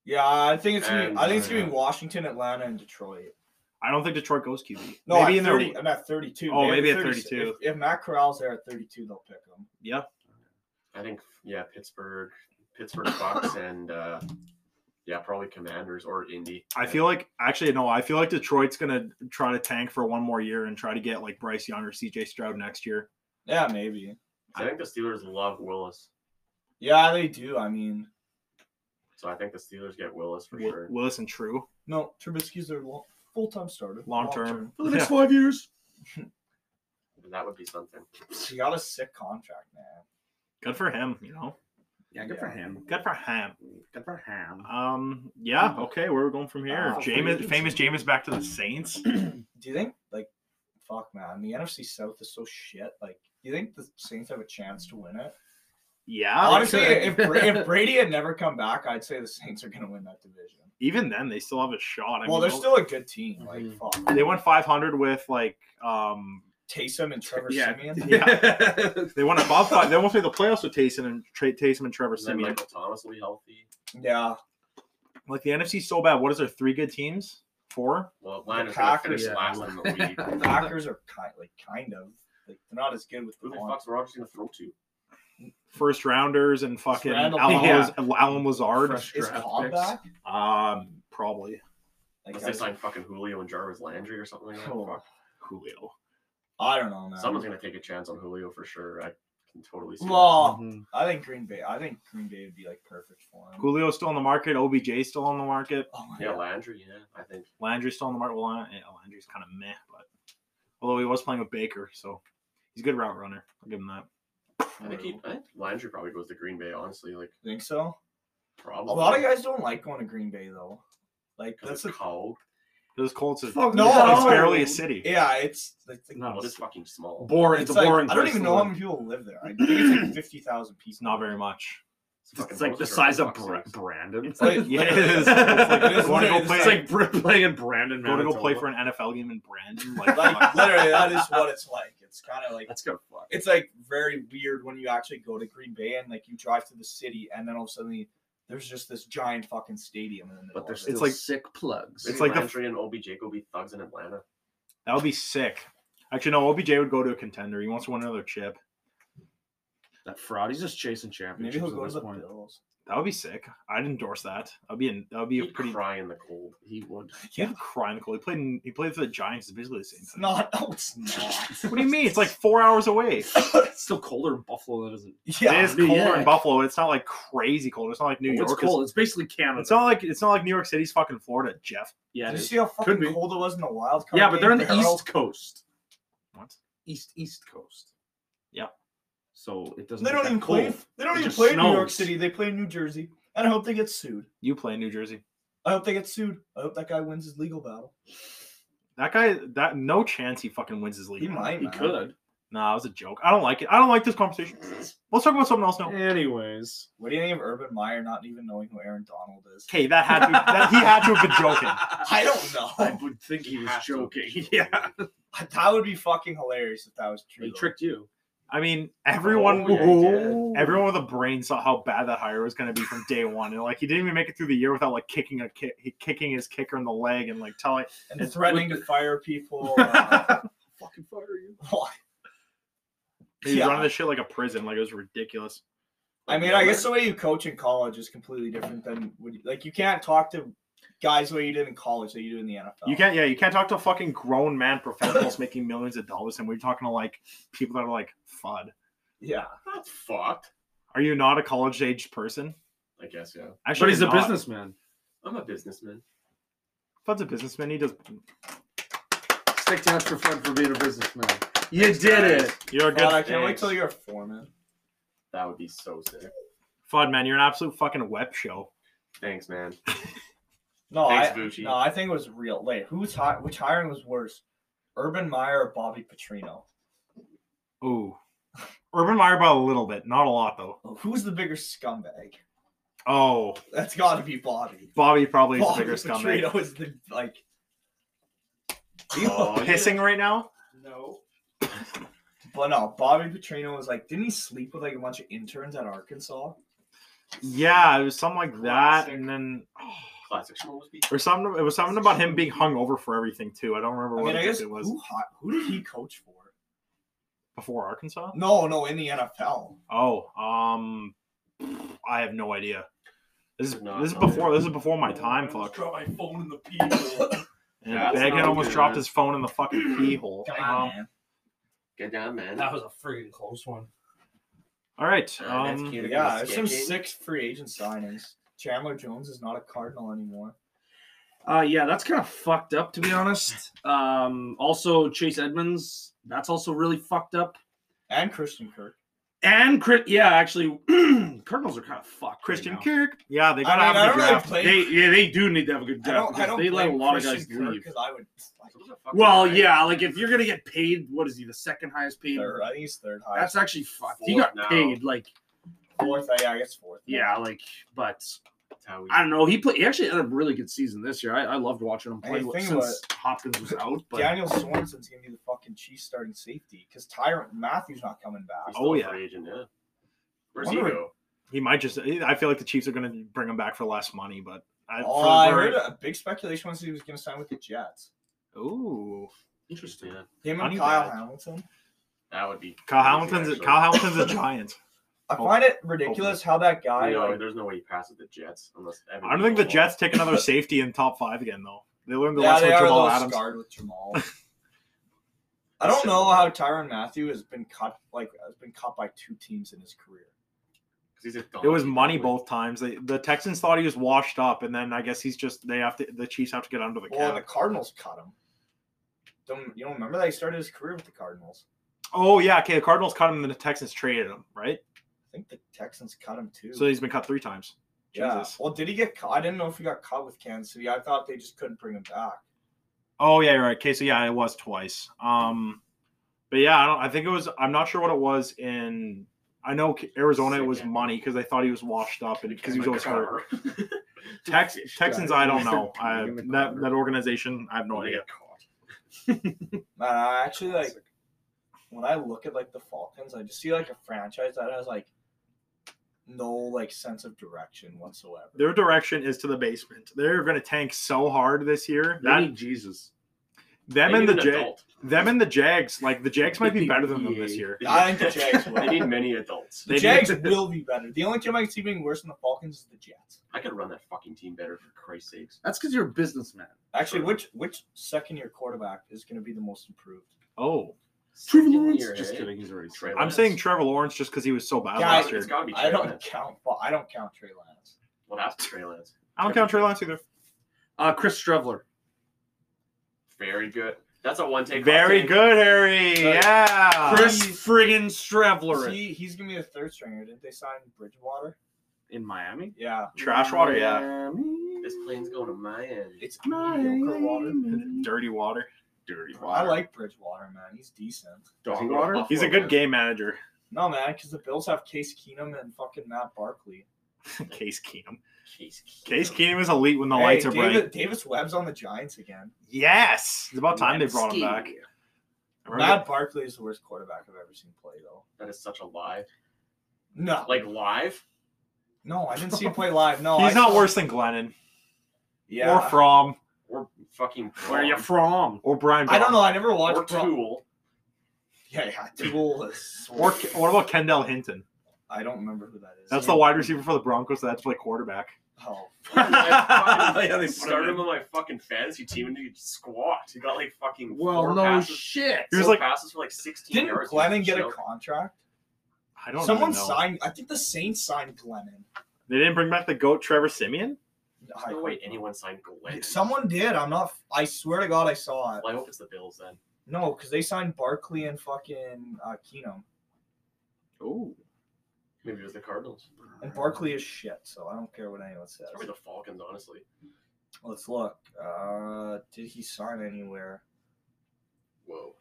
Yeah, I think it's gonna be,
And-
I think it's
uh,
gonna be Washington, Atlanta, and Detroit.
I don't think Detroit goes QB.
No, maybe
Maybe in
at
their-
thirty. I'm at thirty-two.
Oh,
They have
maybe at
36.
32.
If, if Matt Corral's there at thirty-two, they'll pick him.
Yeah.
I think yeah, Pittsburgh, Pittsburgh Bucks, and uh, yeah, probably Commanders or Indy.
I feel like actually no, I feel like Detroit's gonna try to tank for one more year and try to get like Bryce Young or CJ Stroud next year.
Yeah, maybe.
I think the Steelers love Willis,
Yeah, they do. I mean,
so I think the Steelers get Willis for
Wi-
sure.
Willis and True,
no, Trubisky's their lo- full-time starter.
long term.
For the
[LAUGHS]
next
Yeah.
five years.
That would be something.
He got a sick contract, man.
Good for him, you know.
Yeah,
good for
him.
Good for him.
Good for him.
Um, yeah, okay, where are we going from here?
Ah,
Jameis,
Ravens.
famous Jameis, back to the Saints.
Do you think like, fuck, man, the NFC South is so shit. Like, do you think the Saints have a chance to win it?
Yeah,
Honestly,
sure.
if Bra- if Brady had never come back, I'd say the Saints are gonna win that division.
even then they still have a shot. I
well,
mean,
they're still a good team. Like,
Mhm.
fuck.
they went 500 with like um
Taysom and Trevor
[LAUGHS] Yeah.
Simeon.
Yeah.
they went above five. They almost made the playoffs with Taysom and Tra- Taysom and Trevor
And then
Simeon.
Michael Thomas will be healthy.
Yeah,
Like the NFC's so bad. What is there? Three good teams? Four?
Well, Atlanta's
The
gonna
Packers,
finish
yeah.
last in the league.
the [LAUGHS]
[LAUGHS]
Packers are kind like kind of like they're not as good with the
Who the
ball.
fuck's Rogers gonna throw to?
first rounders and fucking
Randall-
Alan,
Yeah.
Alan Lazard.
Fresh
Is
draft
Cobb
picks.
back?
Um, probably
Like,
Unless
I,
they sign fucking Julio and Jarvis Landry or something like that.
Oh,
Fuck.
Julio.
I don't know, man.
Someone's gonna take a chance on Julio for sure. I can totally see. that.
Well,
Oh,
I think Green Bay. I think Green Bay would be like perfect for him.
Julio's still on the market. OBJ still on the market.
Oh my
Yeah,
god.
Landry. Yeah, I think.
Landry's still on the market. Well, Lan- yeah, Landry's kind of meh, but although he was playing with Baker, so he's a good route runner. I'll give him that.
I think, he,
True.
I think Landry probably goes to Green Bay. Honestly, like
Think so? A
probably
lot of guys don't like going to Green Bay though. Like
That's
that's
a
a,
cold.
Those Colts are
Fuck
No,
it's
no.
barely a city.
yeah. It's like the-
No,
Well, it's
it's
fucking small.
boring. It's,
it's
a
like,
boring.
I don't
place
even
to
know how
live.
many people live there. I think it's like fifty thousand people.
It's not very much.
It's,
fucking
like the
Moses
size
or
of
Fox
Bra-
News.
Brandon.
It's
[LAUGHS]
like-
[LAUGHS] Yeah, it is. It's like,
It is
wanna
literally
go
the
play,
same.
It's like [LAUGHS] Br- playing in Brandon.
go to go
Manitoba.
play for an NFL game in Brandon. Like,
Like
fuck.
literally, that is what it's like. It's kind of like
That's good. Fuck.
it's like very weird when you actually go to Green Bay and like you drive through the city and then all of a sudden there's just this giant fucking stadium in the middle.
But they're
of
still
it.
It's like-
sick plugs.
Maybe
It's like the-
Landry and OBJ go be thugs in Atlanta.
that would be sick. Actually, no. OBJ would go to a contender. He wants to win another chip.
that fraud. He's just chasing championships
maybe he'll
at
go to
this
the
point.
Bills.
That would be sick. I'd endorse that. That'd be an, that'd be a
He'd
pretty
cry in the cold.
He would.
yeah. chronicle. He played in, he played for the Giants. It's basically the same
It's
thing.
not. No, it's not.
[LAUGHS]
[LAUGHS]
What do you mean? It's like four hours away.
It's still colder in Buffalo than it is in
it
yeah,
is
yeah.
colder in Buffalo. It's not like crazy cold. It's not like New
New
York.
It's
is-
cold. It's basically Canada.
it's not like it's not like New York City's fucking Florida, Jeff.
yeah, it
Did you
is.
see how
Could be.
fucking cold it was in the wild card?
yeah, but
game,
they're in the
Daryl?
East Coast.
What?
East East Coast.
Yeah.
So it doesn't.
They
get
don't
that
even
cold.
play. They don't
It
even
just
play in New York
snows.
City. They play in New Jersey. And I hope they get sued.
You play in New Jersey.
I hope they get sued. I hope that guy wins his legal battle.
That guy, that no chance he fucking wins his league.
He might.
He
man.
could.
Nah, it was a joke. I don't like it. I don't like this conversation. Let's talk about something else now.
Anyways,
What do you think of Urban Meyer not even knowing who Aaron Donald is?
Okay, that had to. That, he had to have been joking.
I don't
[LAUGHS]
[LAUGHS]
I
know.
would think he was
Has to be
joking. [LAUGHS] Yeah,
That would be fucking hilarious if that was true.
he
though.
tricked you.
I mean, everyone,
Oh, yeah, he did.
everyone with a brain saw how bad that hire was going to be from day one, and like he didn't even make it through the year without like kicking a kick, kicking his kicker in the leg and like telling.
[LAUGHS]
and threatening to fire people. uh,
Fucking can fire you.
He's
Yeah.
running this shit like a prison. Like it was ridiculous.
I mean, I guess the way you coach in college is completely different than what you, like you can't talk to guys the way you did in college that you do in the NFL.
You can't. Yeah, you can't talk to fucking grown man
[COUGHS]
professionals making millions of dollars, and we're talking to like people that are like fud.
Yeah.
That's fucked.
Are you not a college age person?
I guess yeah.
Actually,
But he's a
not.
businessman.
I'm a businessman.
Fud's a businessman. He does.
Stick to extra fun for being a businessman. You
Thanks,
did
guys.
it.
You're a good
God, I can't wait
thanks.
till you're a foreman.
That would be so sick.
fud man. You're an absolute fucking web show.
Thanks, man.
No,
Thanks,
I,
Vucci.
no, I think it was real. Wait, who's hi- which hiring was worse, Urban Meyer or Bobby Petrino?
Ooh. Urban Meyer by a little bit, not a lot though.
Oh, Who's the bigger scumbag?
Oh,
That's got to be Bobby.
Bobby probably is the
Bobby
bigger scumbag.
Petrino is the like.
Are you
Oh, yeah.
pissing right now?
No. But no, Bobby Petrino was like, didn't he sleep with like a bunch of interns at Arkansas?
Yeah, it was something like that,
Classic.
and then
Classic Schmoesby.
or something. It was something about him being hung over for everything too. I don't remember
I
what
mean, I
it
guess
it was
who hi- who did he coach for?
before Arkansas.
No, no, in the NFL.
Oh, um, I have no idea. This is
No,
this is
no.
before this is before my time. Fuck.
Drop my phone in the people.
And
That's
Baghead
not
almost
good,
dropped
man.
his phone in the fucking pee hole.
God,
Um,
man.
Good job, man.
That was a freaking close one.
all right.
Uh, that's
Um,
cute.
Yeah, there's some
Sketchy.
six free agent signings. Chandler Jones is not a Cardinal anymore.
Uh, yeah, that's kind of fucked up to be honest. Um, also Chase Edmonds, that's also really fucked up.
And Christian Kirk.
And Chris, yeah, actually, [CLEARS THROAT] Cardinals are kind of fucked.
Christian
right now.
Kirk. Yeah, they
I
got
mean,
out
I
of
don't
the
really
draft.
blame.
They yeah, they do need to have a good
I
draft.
don't. I
because
don't
they let a
blame
lot
Christian
of guys leave.
because I would. Like,
Those are fucking
Well,
guys.
yeah, like if you're gonna get paid, what is he, the second highest paid?
third, I think he's third highest.
That's actually fucked. He
Fourth
got
now.
paid like
fourth. Yeah, I guess fourth.
yeah, like but
That's how we.
I don't know. He played. He actually had a really good season this year. I, I loved watching him play
Hey,
what-
think
since
about
Hopkins was out. But
Daniel Sorensen's gonna be the fucking Chiefs starting safety because Tyrant Matthew's not coming back.
He's still
Oh,
a
yeah.
free agent, yeah. Where's
Wonder-
he go?
He might just. I feel like the Chiefs are going to bring him back for less money, but I,
Oh, I
for-
heard a big speculation was he was gonna sign with the Jets.
Ooh,
interesting.
Yeah,
Him and
Money
Kyle
bag.
Hamilton.
that would be.
Kyle
crazy,
Hamilton's
actually.
Kyle Hamilton's
[LAUGHS]
a giant.
I
Oh,
find it ridiculous how that guy.
You know,
like,
there's no way he passes the Jets unless.
I don't think the Jets take
[LAUGHS]
another safety in top five again though. They learned the
yeah,
lesson
they
with
are a
Jamal
little
Adams.
scarred with
[LAUGHS]
Jamal. I don't know how Tyron Matthew has been cut like has been cut by two teams in his career.
It was money both times. They, the Texans thought he was washed up, and then I guess he's just they have to. The Chiefs have to get under the
Well, the
cap.
Cardinals cut him. Don't you don't remember that he started his career with the Cardinals?
Oh yeah, okay. The Cardinals cut him, and then the Texans traded him, right?
I think the Texans cut him too.
So he's been cut three times.
yeah.
Jesus.
Well, did he get? Cut? I didn't know if he got cut with Kansas City. I thought they just couldn't bring him back.
Oh yeah, you're right. Okay, so yeah, it was twice. Um, but yeah, I don't. I think it was. I'm not sure what it was in. I know Arizona it was
Second.
money because they thought he was washed up and because he was always hurt.
[LAUGHS] hurt.
Tex, Texans, I don't know.
They're
I,
in the
that
corner.
that organization, I have no
They
idea.
got caught.
Man, I actually like when I look at like the Falcons, I just see like a franchise that has like no like sense of direction whatsoever.
Their direction is to the basement. They're going to tank so hard this year.
They
That
need Jesus.
them
They
and
need
the
an
Jag,
adult.
them and the Jags, like the Jags might be better than them this year.
I think the
[LAUGHS]
Jags will.
[LAUGHS] They need many adults.
The
They
Jags
need-
will be better. The only team I can see being worse than the Falcons is the Jets.
I could run that fucking team better for Christ's sakes.
That's because you're a businessman.
Actually,
True.
which which second year quarterback is going to be the most improved?
Oh,
Trevor
Second
Lawrence.
year,
Just
eh?
kidding. He's already
Trey
I'm
Lance.
saying Trevor Lawrence just because he was so bad
Yeah,
last
it's
year.
got to be Trey
I don't
Lance.
count. I don't count Trey Lance.
Well, that's Trey Lance.
I don't count Trey Lance either.
Uh, Chris Strevler.
Very good. That's a one take.
Very good, Harry.
Uh,
Yeah.
Chris friggin' Strevler
He, he's going to be a third stringer. Didn't they sign Bridgewater?
in Miami.
Yeah,
Trash water, yeah.
This plane's going to Miami.
it's mediocre water.
Dirty water.
dirty
I like Bridgewater, man. He's decent.
dog water.
He's a good game manager. [LAUGHS]
No, man, because the Bills have Case Keenum and fucking Matt Barkley.
Case Keenum.
Case Keenum.
Case Keenum is elite when the
Hey,
lights are
David,
bright.
Davis Webb's on the Giants again.
Yes. It's about time they brought him back.
Matt Barkley is the worst quarterback I've ever seen play, though.
That is such a lie.
No,
Like live.
no, I didn't see him play live. No,
He's
I
not
saw-
worse than Glennon
Yeah,
or Fromm
Or fucking.
Where are you
Braun,
[LAUGHS] from?
or Brian.
I don't
Brown.
know. I never watched.
Or
[LAUGHS]
Bro-
Tool.
Yeah, yeah. Tool is
[LAUGHS] Or Ke- what about Kendall Hinton?
I don't remember who that is.
That's the wide receiver for the Broncos that had to play quarterback.
[LAUGHS] Oh,
I
[LAUGHS]
fucking
[LAUGHS] Yeah, they put
started
him
him on my fucking fantasy team and he squat. He got like fucking
Well,
four
no
passes.
shit.
He was
four
like-
passes for like 16
didn't
yards.
Glennon get a
Joke.
contract?
I don't
Someone
really know.
signed. I think the Saints signed Glennon.
They didn't bring back the goat Trevor Simeon.
I-
No way anyone signed Glennon.
Someone did. I'm not. I swear to God, I saw it.
Well, I hope it's the Bills then.
No, because they signed Barkley and fucking uh, Keenum,
Oh,
Maybe it was the Cardinals.
and Barkley is shit. So I don't care what anyone says.
It's probably the Falcons, honestly.
Let's look. Uh, did he sign anywhere?
Whoa.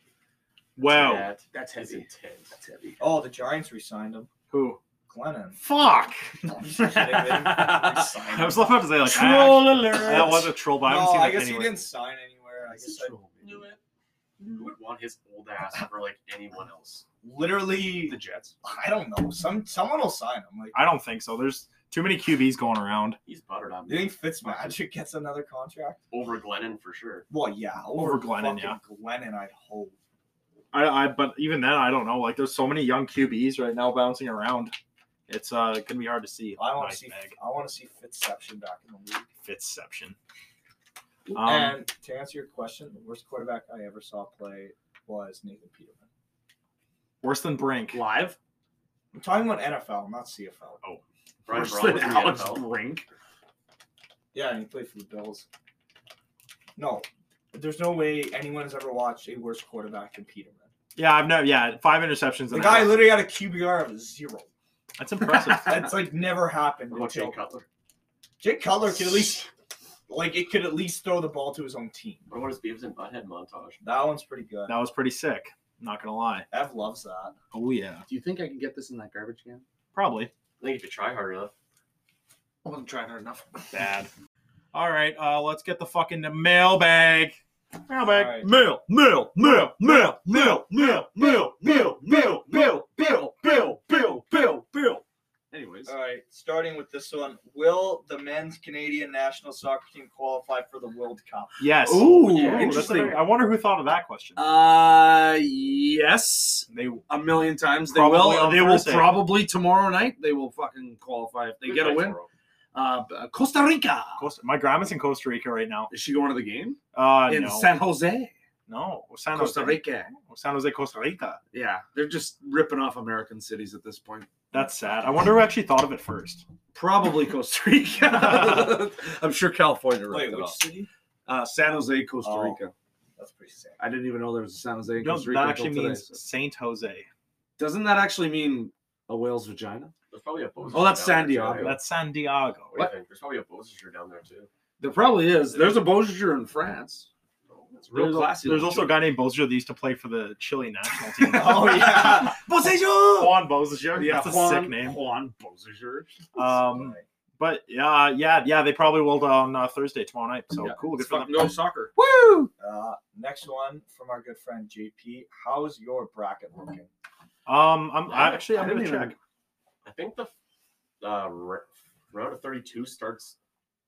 wow.
That
That's
is
heavy.
intense.
That's heavy.
Oh, the Giants re-signed him.
Who?
Glennon. [LAUGHS]
Fuck. [LAUGHS]
No, I'm just kidding. They didn't re-sign
I
him.
was about to say like I
Troll
actually-
alert.
that was a troll, but I haven't
No,
seen
I
that
guess
anywhere.
he didn't sign anywhere. I guess I
Knew it. Who would want his old ass over like anyone else?
literally.
The Jets.
I don't know. Some someone will sign him. Like,
I don't think so. There's too many QBs going around.
He's buttered on
do you
me.
think Fitzmagic [LAUGHS] gets another contract?
Over Glennon for sure.
Well, yeah,
Over Glennon,
fucking
yeah.
Glennon, I'd hope.
I, I but even then I don't know. Like there's so many young QBs right now bouncing around. It's uh gonna be hard to see.
I want to
Nice
see.
bag.
I want to see Fitzception back in the league.
Fitzception. Um,
and to answer your question, the worst quarterback I ever saw play was Nathan Peterman.
worse than Brink.
Live.
I'm talking about NFL, not CFL.
Brian
Worse
Braun
than
was in the
Alex
NFL.
Brink.
Yeah, and he played for the Bills. No, there's no way anyone has ever watched a worse quarterback than Peterman.
Yeah, I've never. Yeah, five interceptions.
The
in
guy
that.
literally had a QBR of zero. [LAUGHS]
That's impressive.
That's like never happened.
What about Jay
until-
Cutler?
Jake Cutler could at least,
[LAUGHS]
like, it could at least throw the ball to his own team.
What about his Beavis and Butthead montage?
That one's pretty good.
that was pretty sick. Not gonna lie.
Ev loves that.
Oh yeah,
Do you think I can get this in that garbage can?
probably
I think if you try hard enough.
I wasn't trying hard enough.
bad. All right, uh, let's get the fucking mailbag. Mailbag.
All right.
Mail, mail, mail, mail, mail, mail, mail, mail, mail, mail, bill, bill, bill, bill, bill.
Anyways,
All right, starting with this one. Will the men's Canadian national soccer team qualify for the World Cup?
Yes.
Ooh,
Yeah,
that's
interesting.
very-
I wonder who thought of that question.
uh, yes,
they
a million times they
Probably
will.
on
They will
Thursday.
probably tomorrow night. They will fucking qualify if they
Good
get a
night,
win.
Toro.
Uh, Costa Rica.
Costa, my grandma's in Costa Rica right now.
Is she going to the game
Uh,
in
no,
San Jose,
no, San
Costa
Jose. Oh,
Rica?
San Jose, Costa Rica.
Yeah, they're just ripping off American cities at this point.
That's sad. I wonder who actually thought of it first.
Probably Costa Rica. I'm sure California ripped
Wait,
it
which
off.
city?
Uh, San Jose, Costa
Oh.
Rica.
That's pretty sick.
I didn't even know there was a San Jose. and
No,
Costa Rica
that actually
until today,
means
so-
Saint Jose.
Doesn't that actually mean a whale's vagina?
There's probably a Bozzer
Oh, that's
down
San
there, too.
Diego.
That's San Diego.
What do you think? There's probably a Bozzer down there too.
There probably is. There's a Beaujolais in France.
Oh, that's
Real
there's,
classy
there's
little
also a guy named Bozier that used to play for the Chile national team.
[LAUGHS] Oh, [LAUGHS] yeah.
Beaujolais.
Juan Bozier.
Yeah,
That's
Juan,
a sick name.
Juan Beaujolais.
Um, but yeah, yeah, yeah. They probably will on uh, Thursday tomorrow night. So
Yeah,
cool. Good
Let's
for
fucking
them.
go soccer.
Woo!
Uh, next one from our good friend JP. How's your bracket looking?
Um, I'm
I-
I, actually
I
I'm gonna
didn't even-
check.
I think the uh, ra- round of 32 starts.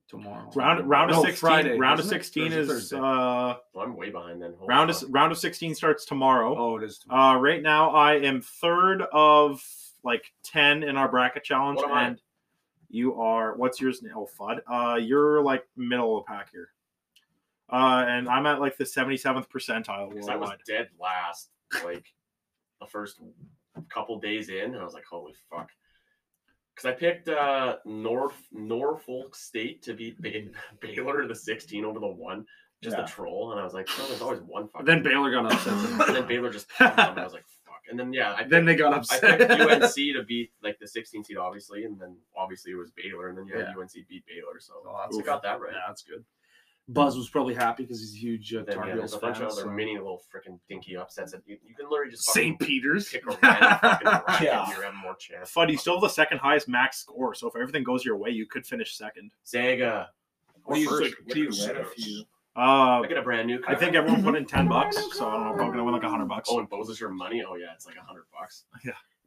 Tomorrow.
Round round of
No,
sixteen.
Friday,
round of
isn't it?
sixteen
Or
is
is it Thursday?
uh
Well, I'm way behind then. Holy
round
fuck.
of round of sixteen starts tomorrow.
Oh, it is. Tomorrow.
Uh, right now I am third of like ten in our bracket challenge,
What am I?
and you are what's yours now, oh, Fud? Uh, you're like middle of the pack here. Uh, and I'm at like the 77th percentile
Because I was
worldwide.
dead last, like the first couple days in, and I was like, "Holy fuck!" Because I picked uh, North Norfolk State to beat Bay-
Mm-hmm.
[LAUGHS] Baylor to the 16 over the one, just
Yeah.
a troll, and I was like, "Oh, there's always one fucking."
But [LAUGHS] uh, then Baylor got
and then
upset.
Baylor
[LAUGHS]
just. pumped them, and I was like, "Fuck!" And then yeah, I
then
picked,
they got
I
upset.
picked
[LAUGHS]
UNC to beat like the 16 seed, obviously, and then obviously it was Baylor, and then yeah,
Yeah.
UNC beat Baylor, so
Oh, that's
we
good.
got that right.
Yeah, that's good. Buzz was probably happy because he's a huge uh,
But Then,
Tar
yeah,
Heels
there's a bunch
fan,
of other
so-
mini little freaking dinky upsets that you, you can literally just fucking
St. Peter's.
pick a random fucking rocket,
Yeah.
you have more chance.
Fud, you still have the second highest max score, so if everything goes your way, you could finish second.
Sega.
What do you,
first.
what do you win if you?
Uh,
I get a brand new
I
car.
think everyone put in 10 bucks, so I don't know, probably gonna win like 100 bucks.
Oh, and Bose your money. Oh yeah, it's like a hundred bucks.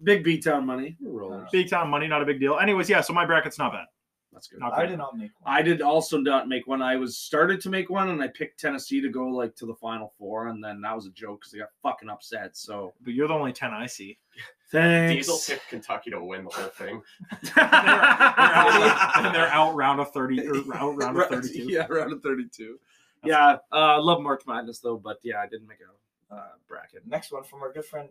Big B Town money. We're rolling.
Big time money, not a big deal. Anyways, yeah, so my bracket's not bad.
That's good.
Not
I
bad.
did not make one.
I did also not make one. I was started to make one, and I picked Tennessee to go like to the Final Four, and then that was a joke because they got fucking upset. So
But you're the only ten I see.
thanks.
Diesel picked Kentucky to win the whole thing.
They're [LAUGHS] out- and they're out round of thirty or out round of
Right,
thirty-two.
Yeah, round of thirty-two. yeah, uh, love March Madness though, but yeah, I didn't make a uh, bracket.
Next one from our good friend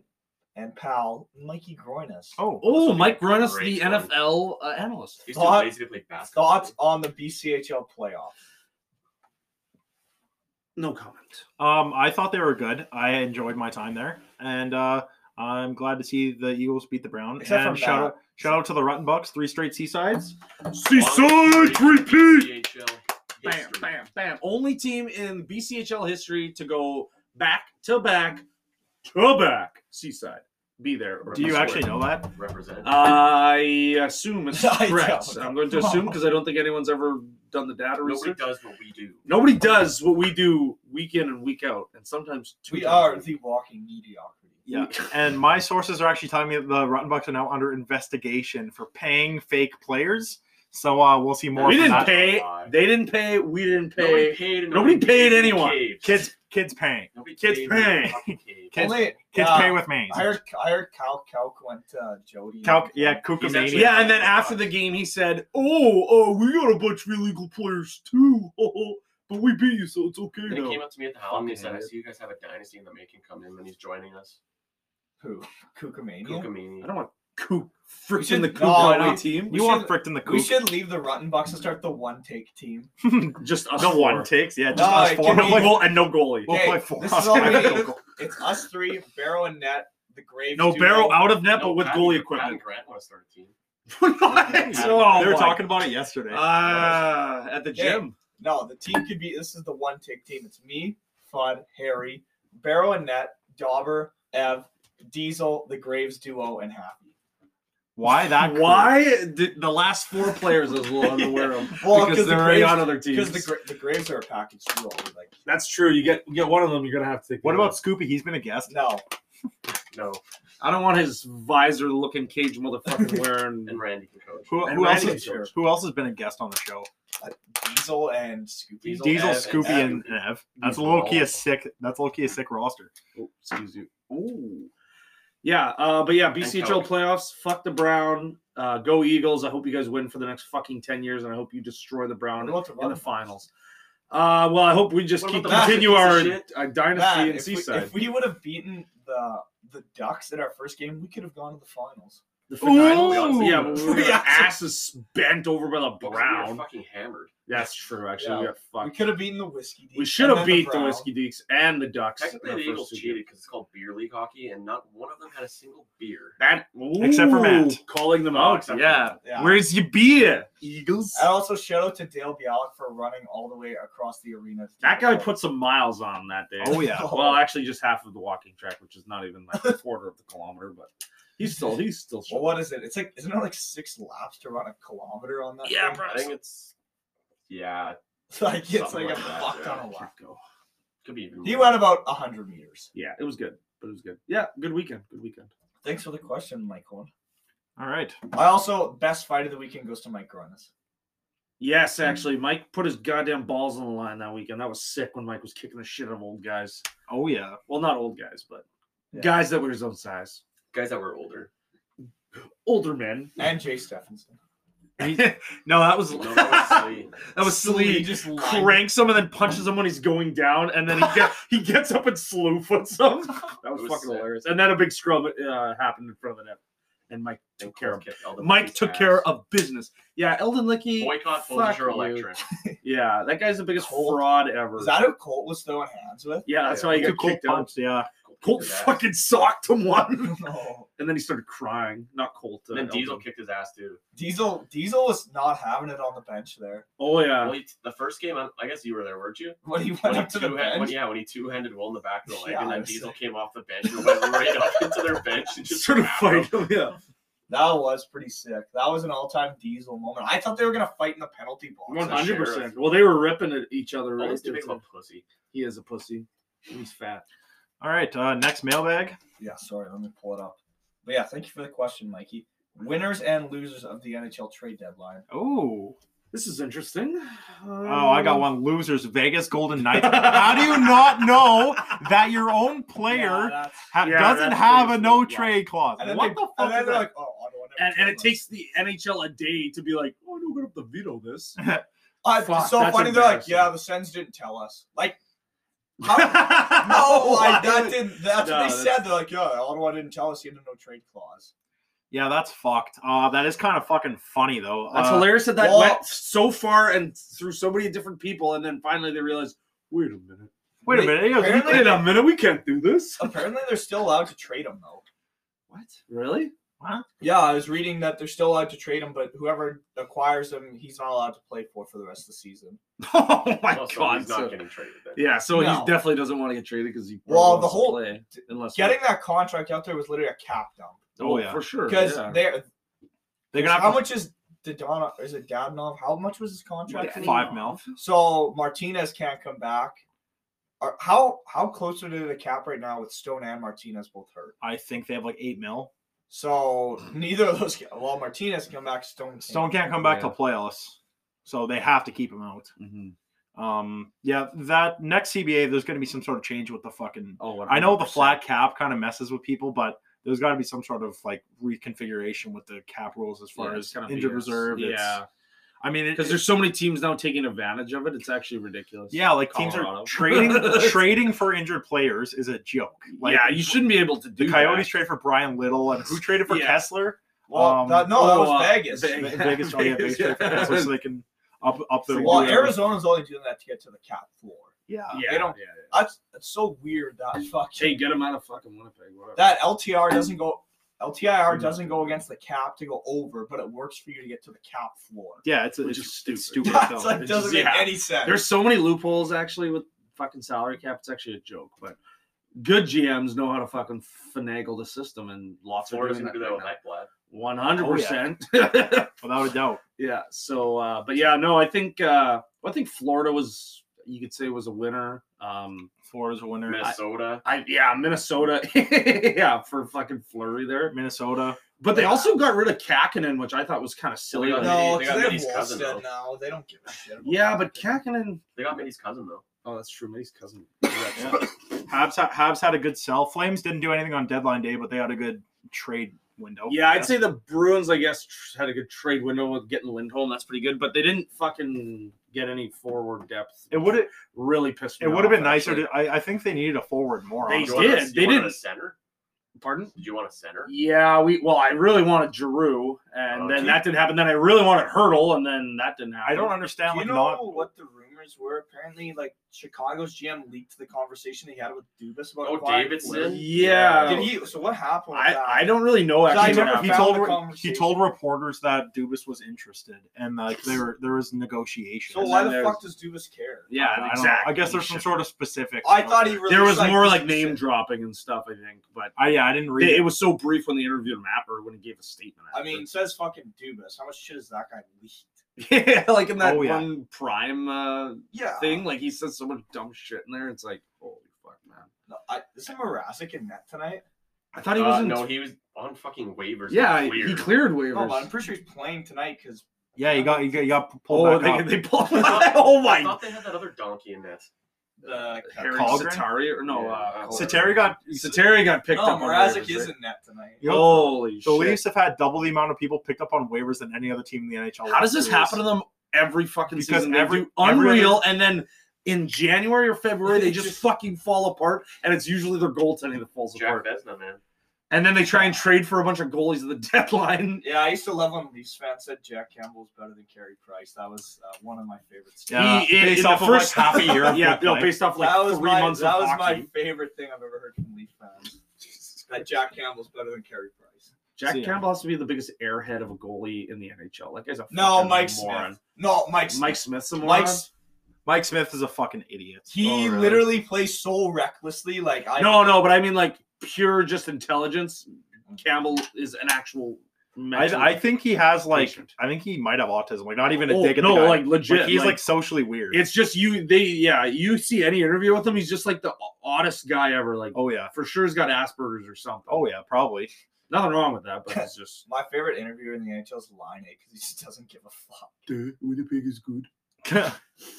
and pal Mikey Groinas.
Oh,
Oh, Mike
Great
Grunis, the
one.
NFL uh, analyst.
He's
Thought-
too lazy to play basketball.
Thoughts on the BCHL playoff?
No comment.
Um, I thought they were good. I enjoyed my time there, and uh, I'm glad to see the Eagles beat the Browns.
Except for
and shout
that.
out, shout out to the Rotten Bucks, three straight seasides.
Seaside repeat.
CHL
Bam,
history.
bam, bam. Only team in BCHL history to go back to back to back. Seaside, be there.
Do you actually know that?
Represent.
Uh, I assume it's
I
correct.
don't
I'm
know.
going to assume because I don't think anyone's ever done the data
Nobody
research.
does what we do.
Nobody does what we do week in and week out, and sometimes two
We
times
are
a week.
the walking mediocrity. [LAUGHS]
Yeah. And my sources are actually telling me that the Rotten Bucks are now under investigation for paying fake players. So uh, we'll see more.
We
from
didn't
that.
pay.
Nobody
They didn't pay. We didn't pay.
paid. and
Nobody paid
gave.
anyone.
Caves.
Kids, kids paying.
Nobody
kids
gave.
paying.
Fucking caves.
Kids,
Only,
kids
uh,
pay with me.
I heard, I heard Cal Calc went to Jody.
Calc, yeah,
He's
Kukumania.
actually-
Yeah, and then after the game, he said, "Oh, oh, we got a bunch of illegal players too, [LAUGHS] but we beat you, so it's okay
They
now."
came up to me at the house and they
Fucking
said, "I
idiot.
see you guys have a dynasty in the making. Come in." And he's joining us.
Who? Kukumania?
Kukamini.
I don't want Coop
We
freaking
should-
the Coop
no,
on
we-
my team.
we
you want
should-
fricked in the
We
coop.
should leave the Rotten Bucks and start the one take team.
Just us
the
four.
one takes. Yeah, just
No,
us
it
four.
can be-
We'll play-
goal and no goalie.
we'll
Hey,
play four.
this
[LAUGHS]
is all we need.
Goal.
It's us three, Barrow and Net, the Graves.
No
duo.
barrel out of net, but
No,
with
Pat-
goalie
Pat [LAUGHS]
equipment.
and Grant want to start a team.
What?
Oh
they were
my-
talking about it yesterday.
Uh,
Ah, at the
Yeah.
gym.
No, the team could be. This is the one take team. It's me, Fudd, Harry, Barrow and Net, Dauber, Ev, Diesel, the Graves duo, and Happy.
Why that? crew?
Why did the last four players I was a little unaware of?
[LAUGHS] Well,
because
because the
they're already
Graves-
on other teams.
because the, Gra- the Graves are a package duo. Like
That's true. You get you get one of them, you're gonna have to take. the
What
other.
about Scoopy? He's been a guest.
no,
No,
I don't want his visor looking cage [LAUGHS] motherfucking wearing.
and Randy can coach.
Who,
And
who else?
Randy
Is,
Couture.
who else has been a guest on the show?
Diesel and Scoopy.
Diesel,
Diesel,
Ev, and
Scoopy,
Ev.
and Ev. That's
These are
low
all-
key a sick. That's low key a sick roster.
Oh, excuse you. Ooh. Yeah, uh, but yeah, BCHL
Coke.
playoffs. Fuck the Brown. Uh, go Eagles. I hope you guys win for the next fucking ten years, and I hope you destroy the Brown
What about the
in the
Roughnecks?
finals. Uh, well, I hope we just
What
keep
about the
continue our,
Roughnecks, piece
our dynasty
Man,
in
if, we,
Seaside.
if we would have beaten the the Ducks in our first game, we could have gone to the finals.
The
Ooh!
[LAUGHS]
finals? yeah, but we were
Yeah.
asses bent over by the
But we were
Brown.
fucking hammered.
That's true. Actually, we
Yeah.
got fucked.
We could have beaten the Whiskey.
We
Deeks
should
and
have
then
beat the,
Brown.
Whiskey Deeks and the Ducks. in
Technically,
our
the
first
Eagles
two games.
cheated because it's called beer league hockey, and not one of them had a single beer.
That
Except for Matt.
ooh, calling them
Oh,
out.
except for
yeah.
Matt.
Yeah.
Where's your beer, Eagles?
And also shout out to Dale Bialik for running all the way across the arena.
That
[LAUGHS]
guy put some miles on that day.
Oh yeah.
Well, actually, just half of the walking track, which is not even like a quarter of the kilometer, but he's still he's still.
Well, what is it? It's like isn't it like six laps to run a kilometer on that?
Yeah,
thing?
bro.
I think it's yeah, it
It's [LAUGHS] like it's
Something
like a
like that,
fuck
yeah.
ton of lap.
could be even.
He
more.
went about hundred meters.
Yeah, it was good, but it was good. Yeah, good weekend. Good weekend.
Thanks for the question, Michael.
[LAUGHS] All right.
I also best fight of the weekend goes to Mike Gronis.
Yes, actually, Mike put his goddamn balls on the line that weekend. That was sick when Mike was kicking the shit out of old guys.
Oh yeah.
Well, not old guys, but
Yeah.
guys that were his own size,
guys that were
[LAUGHS]
older.
older men.
and Jay Stephenson.
no, that was
No, that was Slee.
that was
He
sleep.
just lied.
cranks him and then punches him when he's going down, and then he get, he gets up and slew foots him. That was,
was
fucking
sick.
hilarious. And then a big scrub uh, happened in front of the net, and Mike
And
took care of
kicked Eldon
Mike
Lickey's
took
ass.
care of business. Yeah, Eldon Lickey.
boycott
fuck
Folger
you.
Electric.
Yeah, that guy's the biggest
Colt.
fraud ever.
Is that who Colt was throwing hands with?
yeah, that's why he
Two
got
cold
kicked out.
punch. Yeah.
Colt
Kicked his ass.
fucking socked him one,
[LAUGHS]
[LAUGHS]
No.
and then he started crying. Not Colt. uh,
And then Diesel
Eldon.
kicked his ass too.
Diesel Diesel was not having it on the bench there.
Oh yeah.
Well, he- the first game, I I guess you were there, weren't you?
When he went
When he
up to the
two-hand-
bench.
when- yeah, when he two-handed Will in the back of the leg,
Yeah,
and
I
then
was
Diesel
like-
came off the bench and went right up [LAUGHS] into their bench and just
Sort of
grabbed
fight
him.
him. Yeah.
That was pretty sick. That was an all-time Diesel moment. I thought they were gonna fight in the penalty box.
One
That
hundred
shit-
percent. Well, they were ripping at each other.
Well,
right
he's too
there,
big of a
too.
pussy.
He is a pussy. and He's fat.
All right. Uh, next mailbag.
Yeah, sorry, let me pull it up. But yeah, thank you for the question, Mikey. Winners and losers of the NHL trade deadline.
Oh.
This is interesting. Um,
Oh, I got one. Losers, Vegas
[LAUGHS]
Golden Knights. How do you not know that your own player
Yeah, that's-
ha-
Yeah,
doesn't
that's
have
pretty
a no
sweet, yeah.
trade clause?
and then
What
they,
the fuck
and then
is
they're
that?
like, oh, Ottawa never
And, and
told
it
us.
takes the NHL a day to be like, oh, no, we're going to have to veto [LAUGHS] this.
Uh, it's
Fuck,
so
that's
funny. They're like,
embarrassing.
yeah, the Sens didn't tell us. Like, how?
[LAUGHS]
[LAUGHS] no, I, that didn't. That's
No,
what they
that's-
said. They're like, yeah, Ottawa didn't tell us. You had a no trade clause.
Yeah, that's fucked. Uh, that is kind of fucking funny though.
That's
Uh,
hilarious that that
well-
went so far and through so many different people, and then finally they realized, wait a minute,
Wait a minute. yeah,
Apparently-
wait a minute, we can't do this.
Apparently, they're still allowed to trade him though.
[LAUGHS] What? [LAUGHS] Really?
Yeah, I was reading that they're still allowed to trade him, but whoever acquires him, he's not allowed to play for for the rest of the season.
oh my
Oh, so
god.
he's not
so-
getting traded. Then.
Yeah. So
No.
he definitely doesn't want to get traded because he.
Well,
wants
the
to
whole-
play, unless
Getting that contract out there was literally a cap dump
Oh,
Oh
yeah.
yeah, for sure.
because
yeah.
they're
They're gonna
how
have to
much is Dadonov? Is it Dadonov? How much was his contract?
Yeah.
fee?
five mil.
So Martinez can't come back. Are- How how close are they to the cap right now with Stone and Martinez both hurt?
I think they have like eight mil.
So neither of those. Well, Martinez can come back. Stone can't.
Stone can't come back
Yeah.
till playoffs, so they have to keep him out.
Mhm.
Um, yeah, that next CBA, there's gonna be some sort of change with the fucking.
Oh,
I know the
100%.
flat cap kind of messes with people, but there's got to be some sort of like reconfiguration with the cap rules as far
Yeah, it's
as
kinda
injured
BS.
reserve. it's-
Yeah,
I mean, it-
because [LAUGHS] there's so many teams now taking advantage of it. It's actually ridiculous.
yeah, like teams
Colorado.
are trading
[LAUGHS]
trading for injured players is a joke. Like,
yeah, you shouldn't be able to do
The Coyotes trade for Brian Little, and who traded for
Yeah. [LAUGHS]
Kessler?
Well,
Um,
that, no, that
oh,
was
uh,
Vegas.
Ve-
Ve- Vegas, oh yeah, Vegas traded for Kessler so they can up up the.
Well,
yeah.
Arizona's only doing that to get to the cap floor.
Yeah,
That.
They
Yeah,
don't-
yeah,
That's that's so weird. That
yeah.
fucking
Hey, get them out of fucking Winnipeg. Whatever.
that LTR doesn't go. LTIR doesn't go against the cap to go over, but it works for you to get to the cap
[LAUGHS]
[LAUGHS] floor.
yeah, it's
Which
it's,
is
stupid. It's
stupid.
stupid.
That's
as hell.
like
[LAUGHS] it's
doesn't
just-
make
yeah.
any sense.
There's so many loopholes actually with fucking salary cap. It's actually a joke, but good GMs know how to fucking finagle the system, and lots of
Florida's gonna do that with Ekblad.
One hundred percent.
Without a doubt,
Yeah. So, uh, but yeah, no, I think uh, I think Florida was you could say was a winner. Um,
Florida's a winner.
Minnesota.
I yeah, Minnesota, [LAUGHS] yeah, for fucking Flurry there.
Minnesota.
But they also got rid of Kakinen, which I thought was kind of silly.
got-
no,
they
because
got
they, have
Mitty's cousin,
Wallstead
though.
now. They don't give a shit. About
yeah,
that.
but Kakinen.
They got Mitty's cousin though.
Oh, that's true. He's [LAUGHS] cousin.
Yeah. Habs, ha- Habs had a good sell. Flames didn't do anything on deadline day, but they had a good trade window.
Yeah, I'd say the Bruins, I guess, tr- had a good trade window with getting Lindholm. That's pretty good, but they didn't fucking get any forward depth.
it would have.
really pissed me
It would have been
off,
nicer.
actually.
To, I, I think they needed a forward more.
They
You
honestly.
wanted
did.
a- you
They
wanted A
didn't.
center?
Pardon?
Did you want a center?
Yeah, we well, I really wanted Giroux, and
Oh,
then
gee.
that didn't happen. Then I really wanted Hurdle, and then that didn't happen.
I don't
Do
understand.
you
Like
know
not.
what the rumors were? Apparently, like Chicago's GM leaked the conversation he had with Dubas about.
Oh,
acquiring
Davidson?
Fleury.
Yeah,
Did he? So what happened? With that?
I, I don't really know
I
He
actually.
never
what
told- he
found
told
the
re- he
conversation.
told reporters that Dubas was interested, and like there there was negotiations.
So why
then
the
there's-
fuck does Dubas care?
yeah,
I don't know.
exactly.
I guess there's some sort of specific.
I thought he. Released,
There was more like
some
name
shit.
dropping and stuff. I think, but
I, yeah, I didn't read.
it,
it.
it was so brief when they interviewed him after when he gave a statement.
I
after. [LAUGHS]
mean, it says fucking Dubas. How much shit is that guy leaked?
yeah, like in that
Oh, yeah.
one prime uh,
Yeah.
thing, like he says so much dumb shit in there. It's like, holy fuck, man.
No, I, is Mrazek in net tonight?
I thought he
Uh,
was in.
no, he was on fucking waivers.
yeah,
He cleared.
he cleared
No,
waivers.
but I'm pretty sure he's playing tonight because
yeah, you got you got, you got pulled
oh,
back
they,
up.
[LAUGHS] they pulled.
thought- [LAUGHS]
oh
I
my
thought they had that other donkey in that.
the
Harry
Caldron?
Satari or no?
Yeah.
Uh,
Sateri got
Satari got picked
no,
up. on
Mrazek
waivers,
is
right?
in net tonight.
You know,
Holy
The
shit!
Leafs have had double the amount of people picked up on waivers than any other team in the NHL.
How
last
does this
three
happen to
years.
them every fucking
Because
season? They
every-
do
every
unreal, and then in January or February
[LAUGHS]
they
They
just
just-
fucking fall apart, and it's usually their goaltending that falls
Jack
apart.
Vesna, man.
And then they try and trade for a bunch of goalies at the [LAUGHS]
[LAUGHS]
deadline.
Yeah, I used to love when Leafs fans said Jack Campbell's better than Carey Price. That was uh, one of my favorites.
Yeah,
He- in-
Uh, based
in the
off of
first-
like
[LAUGHS]
half a year. Of
yeah,
good
no,
play.
based off like
that was
three
my
months
that
of
was
hockey.
my favorite thing I've ever heard from Leaf
[LAUGHS]
fans. That Jack Campbell's better than Carey Price.
Jack
So, yeah.
Campbell has to be the biggest airhead of a goalie in the NHL. Like, guy's a
No,
fucking
Mike
moron.
Smith. No, Mike. Smith.
Mike Smith's a moron.
Mike.
Mike Smith is a fucking idiot.
He
Oh, really?
literally plays so recklessly. Like I
no, no, but I mean like pure just intelligence. Campbell is an actual. mental-
I, I think he has like
patient.
I think he might have autism. Like not even a
Oh,
dig at
no,
the guy.
like legit.
he's like, socially weird.
It's just you. They yeah. You see any interview with him, he's just like the oddest guy ever. Like
oh yeah,
for sure, he's got Asperger's or something.
oh yeah, probably. [LAUGHS]
Nothing wrong with that, but it's just
My favorite interviewer in the NHL is Line because he just doesn't give a fuck.
Winnipeg is good.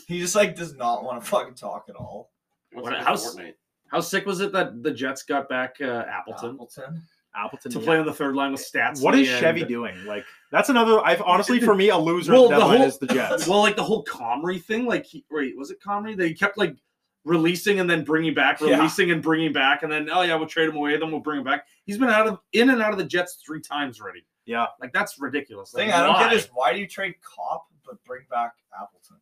He just like does not want to fucking talk at all.
What's
What-
up with
how's-
Fortnite?
how sick was it that the Jets got back uh, Appleton
Appleton.
Appleton
to
Oh, yeah.
play on the third line with stats?
What
in
is
the
Chevy
end?
doing? Like that's another.
[LAUGHS]
I've honestly for me a loser
Well,
well,
the
deadline
whole-
is the
[LAUGHS]
Jets.
Well, like the whole Comrie thing. Like, he, wait, was it Comrie? They kept like releasing and then bringing back,
Yeah.
releasing and bringing back, and then oh yeah, we'll trade him away, then we'll bring him back. He's been out of in and out of the Jets three times already.
Yeah.
like that's ridiculous.
The thing
Like,
I don't
why?
get is why do you trade Cop but bring back Appleton?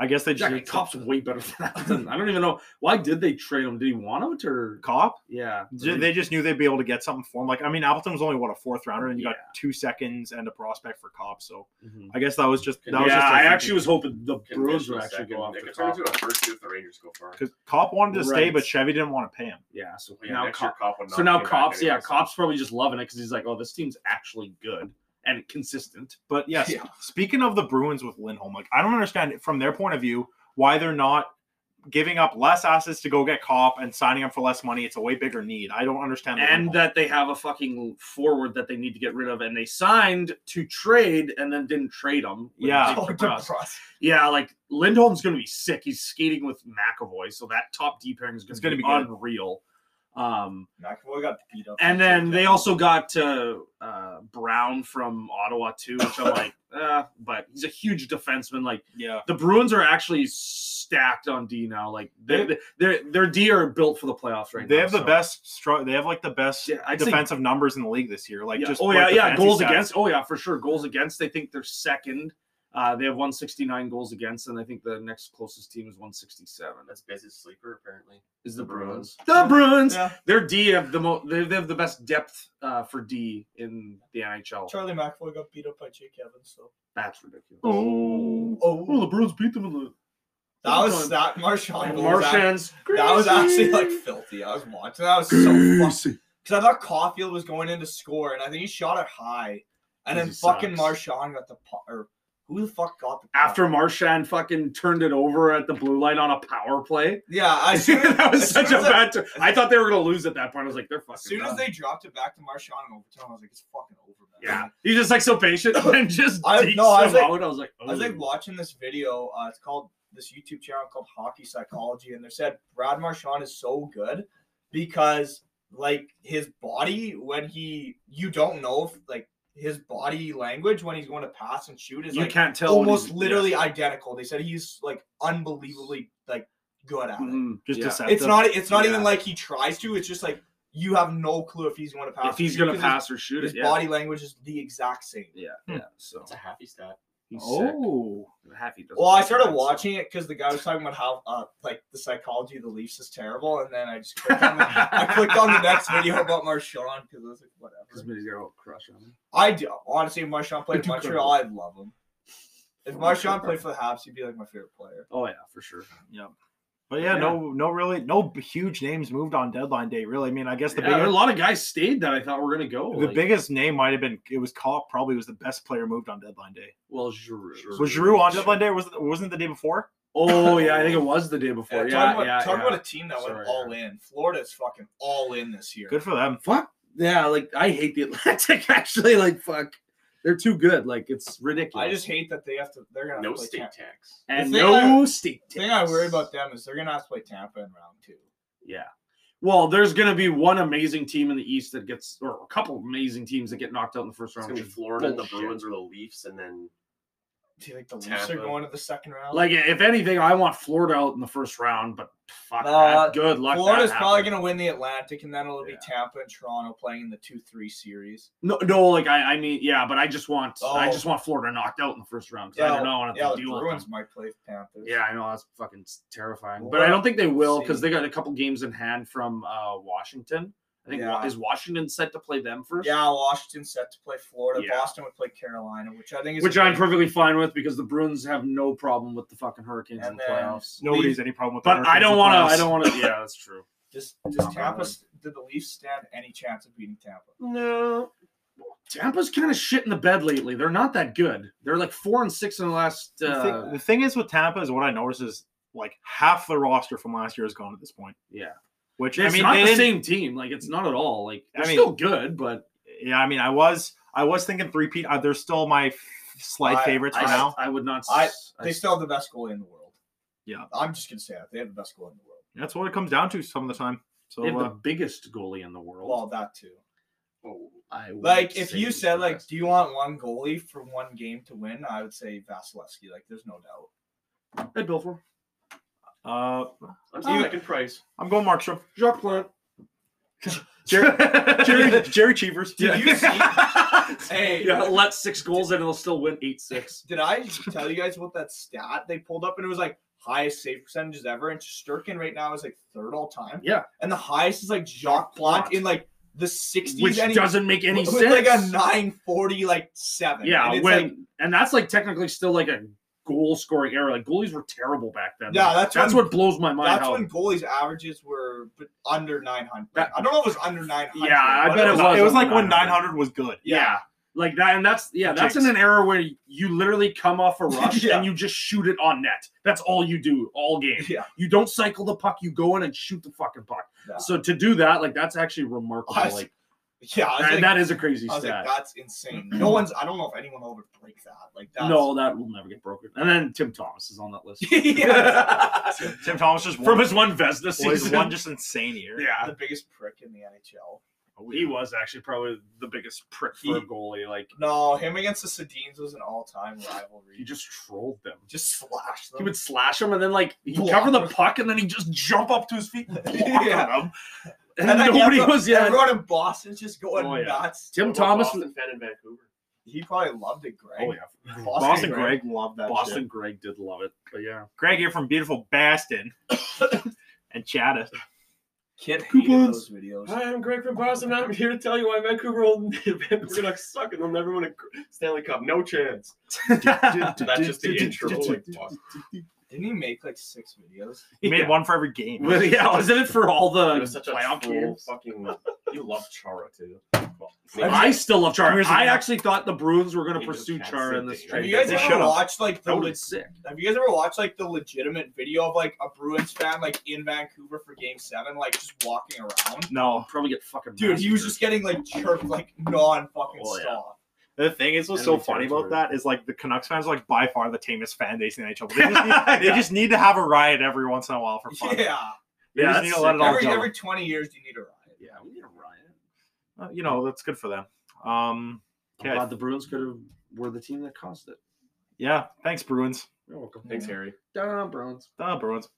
I guess they just
Jack
need to-
Cop's way better than Appleton. [LAUGHS] I don't even know why did they trade him. Did he want it or
cop.
yeah?
Ju- They just knew they'd be able to get something for him. Like I mean, Appleton was only what a fourth rounder, and you
Yeah.
got two seconds and a prospect for cop. So
Mhm.
I guess that was just that
Yeah,
was just.
I actually was hoping the Bruins
Conditional
would actually
second.
go off
They
the
could turn
top.
into a first year if the Rangers go far.
because cop wanted to stay,
Right.
but Chevy didn't want to pay him.
Yeah, so
Yeah,
now
next year
Cop
Cop would not
So now
be back
cops, yeah,
anyway, so-
cops probably just loving it because he's like, oh, this team's actually good and consistent. [LAUGHS]
But yes,
Yeah.
speaking of the Bruins with Lindholm, like I don't understand from their point of view why they're not giving up less assets to go get cop and signing up for less money. It's a way bigger need. I don't understand. the
And uh,
Lindholm.
that they have a fucking forward that they need to get rid of, and they signed to trade and then didn't trade him. with
Yeah.
Jake
Oh,
DeBrusk.
DeBrusk.
yeah, like Lindholm's gonna be sick. He's skating with McAvoy, so that top D pairing is gonna,
It's gonna
be,
be good.
unreal. Um,
McAvoy got beat up.
and then they also got uh, uh, Brown from Ottawa too, which I'm like, [LAUGHS] uh, but he's a huge defenseman. Like
yeah.
the Bruins are actually stacked on D now. Like they
They-
their their D are built for the playoffs right
they
now.
have the
so-
best stru- they have like the best
Yeah, I'd say-
defensive numbers in the league this year like
Yeah.
just
oh
like,
yeah,
the
yeah.
fancy
Goals
stats.
against. Oh yeah, for sure. Goals against. They think they're second. Uh, they have 169 goals against, and I think the next closest team is 167.
That's busy sleeper apparently.
Is the
The Bruins.
Bruins. The Bruins.
Yeah.
Their D have the most. They they have the best depth uh, for D in the NHL.
Charlie McAvoy got beat up by Jake Evans. So
That's ridiculous.
oh,
oh,
the Bruins beat them in the.
that was that Marshawn. goal was act-
Martians.
That was actually like filthy. I was watching. That
[CLEARS THROAT]
was so fun. Because I thought Caulfield was going in to score, and I think he shot it high. And then
He
fucking
sucks.
Marshawn got the puck. Or who the fuck got the puck?
after Marshan fucking turned it over at the blue line on a power play.
Yeah, I
[LAUGHS] that was
as
such
soon
a
as I-
bad. turn. I thought they were gonna lose at that point. I was like, they're fucking.
As soon as
done.
they dropped it back to Marshawn in overtime, I was like, it's fucking over, man.
yeah, he's just like
[LAUGHS]
so patient and just
I-
dekes
no, I was
them
like-
out. I was like,
I was like
"Ooh."
watching this video. Uh, it's called this YouTube channel called Hockey Psychology, and they said Brad Marchand is so good because like his body when he you don't know if, like his body language when he's going to pass and shoot is
you
like
can't tell when
almost
he's-
literally identical. They said he's like unbelievably like good at
yeah.
it.
Mhm.
just
Yeah.
deceptive
It's not. It's not even
Yeah.
like he tries to. It's just like you have no clue if he's going to pass.
if he's
or shoot
gonna
'cause his-
pass or shoot
His
it. Yeah,
body language is the exact same.
yeah,
Hmm.
yeah. So
That's a happy stat.
he's sick.
oh
I'm happy. he doesn't
Well, I
like
started
that, so.
watching it because the guy was talking about how uh, like the psychology of the Leafs is terrible, and then I just clicked on the, I clicked on
[LAUGHS]
the next video about Marshawn because I was like,
'Cause
whatever.
he's got a little crush on him.
I do honestly, if Marshawn played in
do
Montreal, I'd love him. If
For
Marshawn
sure.
played for the Habs, he'd be like my favorite player.
Oh yeah, for sure.
but yeah, no no really no huge names moved on deadline day really i mean i guess the
Yeah, a
biggest
lot of guys stayed that I thought were gonna go.
the
like,
biggest name might have been it was cop probably was the best player moved on deadline day
well, Giroux.
was Giroux on deadline day was it, wasn't it the day before
Oh yeah, I think it was the day before. Yeah,
talk about,
yeah,
talk
yeah.
about a team that
Sorry,
went all in. Florida's fucking all in this year.
good for them
fuck yeah like i hate the atlantic [LAUGHS] actually like fuck they're too good like it's ridiculous
I just hate that they have to. They're gonna
No
have to play
state
Tampa.
tax.
and
the thing
no state
The thing I worry
tax.
about them is they're gonna have to play Tampa in round two.
yeah well there's gonna be one amazing team in the east that gets or a couple amazing teams that get knocked out in the first
It's
round
gonna be
which is
Florida, and the
bullshit.
Bruins, or the Leafs, and then
Do you think the Leafs are
Tampa.
going to the second round?
like if anything i want florida out in the first round but fuck
Uh,
that. good luck
Florida's
that
probably
happened.
going to win the Atlantic, and then it'll
Yeah.
be Tampa and Toronto playing in the two three series.
no no like i i mean yeah but i just want i
Oh.
just want florida knocked out in the first round 'cause i
Yeah,
don't know i want to
yeah, the
deal with them.
Bruins might play the Panthers.
Yeah, I know that's fucking terrifying,
Well,
but I don't think they will
see.
because they got a couple games in hand from uh, Washington. I think Wa-
Yeah.
is Washington set to play them first.
yeah. Washington's set to play Florida.
Yeah.
Boston would play Carolina, which I think is a
which I'm
game.
perfectly fine with because the Bruins have no problem with the fucking Hurricanes in
And
the
then-
playoffs.
nobody's any problem with the
But I
Hurricanes in
don't
the
want to. I
playoffs.
don't want to. Yeah,
[LAUGHS]
that's true.
Just, just
Oh,
Tampa.
man.
Did the Leafs stand any chance of beating Tampa?
No. Tampa's kind of shit in the bed lately. They're not that good. They're like four and six in the last.
The
Uh,
thing, the thing is with Tampa is what I noticed is like half the roster from last year is gone at this point.
Yeah.
Which
it's
I mean,
not
they
the
didn't-
same team. Like it's not at all. Like
I
they're
mean-
still good, but
yeah, I mean, I was I was thinking three Pete. Uh, they're still my f- slight
I-
favorites
I,
for now.
I would not. s-
I-
I-
They still have the best goalie in the world.
Yeah.
I'm just gonna say that they have the best goalie in the world.
That's what it comes down to some of the time. So
they have the
uh,
biggest goalie in the world.
Well, that too.
I would
Like if
say
you
he's
said
the
like,
best.
do you want one goalie for one game to win? I would say Vasilevsky. Like, there's no doubt.
I'd bill for him.
uh,
I'm still
you-
picking Price.
I'm going Markstrom.
Jacques Plant.
Jerry, Jerry, Jerry Cheevers.
Did you
[LAUGHS]
see- Hey,
[LAUGHS] Yeah, let six goals in and they'll still win eight six.
did I tell you guys about that stat they pulled up? And it was like highest save percentages ever. And Sturkin right now is like third all time.
Yeah.
And the highest is like Jacques Plant in like the 60s.
Which
and he-
doesn't make any
with,
sense.
Like a 940, like seven.
yeah,
And it's
when
like,
and that's like technically still like a goal scoring era. Like goalies were terrible back then.
Yeah,
Like,
that's
that's
when-
what blows my mind.
that's
how-
when goalies' averages were b- under 900.
That-
I don't know if it was under 900.
Yeah, I
but
bet
it was,
was
like when
900.
900 was good.
yeah. Like that, and that's yeah, that's in
Jinx.
an era where you literally come off
[LAUGHS]
a rush
Yeah.
and you just shoot it on net. That's all you do all game.
Yeah.
You don't cycle the puck. You go in and shoot the fucking puck.
Yeah.
So to do that, like that's actually remarkable.
I was-
like
Yeah. I was
that-
like-
that is a crazy
I was
stat.
like, that's insane. No one's. I don't know if anyone will ever break that. Like that. [LAUGHS]
no, that will never get broken. And then Tim Thomas is on that list [LAUGHS]
Tim Thomas just
from
won,
his one Vesna
was
season. [LAUGHS]
one just insane year.
yeah,
the biggest prick in the NHL.
he was actually probably the biggest prick for a
He-
goalie. Like
No, him against the Sedines was an all-time
he
rivalry.
just trolled them.
Just slashed them.
He would slash him and then like he'd
Block.
cover the puck and then he'd just jump up to his feet and block
Yeah.
him. And, then
like,
[LAUGHS] nobody
everyone-
was yeah.
Everyone in Boston's just going
Oh, yeah.
nuts.
Tim
What about
Thomas.
Boston fan in Vancouver.
He probably loved it, Greg.
Oh yeah,
Boston,
Boston
Greg.
Greg loved that.
Boston
shit.
Greg did love it,
[LAUGHS]
but yeah,
Greg, you're from beautiful [COUGHS] Boston and Chatta.
Kid
Coupons.
hated those videos.
Hi, I'm Greg from Boston. and I'm here to tell you why Vancouver will Vancouver Canucks suck and they'll never win a Stanley Cup. No chance. That's just the intro. like, Boston.
Didn't he make like six videos?
He made
Yeah.
one for every game.
Well, [LAUGHS] yeah, wasn't it for all
It
the
was such a
playoff
full
games?
fucking. You love Chara too. Well,
I still love Chara.
Here's the
I
thing.
actually thought the Bruins were going to
They just
pursue
can't
Chara
sit
in this
there.
Have
trade.
you guys
They
ever
should've.
watched like the
That
le-
was sick.
Have you guys ever watched like the legitimate video of like a Bruins fan like in Vancouver for Game Seven, like just walking around?
No,
Probably get fucking
Dude, he was
massacred.
just getting like chirped like non fucking
Oh, yeah.
stop.
the thing is, what's so
Enemy
funny about
territory.
that is like the Canucks fans are like by far the tamest fan base in the NHL. But they, just [LAUGHS] need, they just need to have a riot every once in
[LAUGHS]
a while for fun.
Yeah.
They just
that's
need to let
sick.
it all
Every
go.
every twenty years you need a riot.
Yeah, we need a riot.
Uh, you know, that's good for them. Um,
I'm
yeah,
glad the Bruins could have were the team that caused it.
yeah. Thanks, Bruins.
You're welcome.
Thanks, Harry.
Down Bruins.
Uh, Bruins.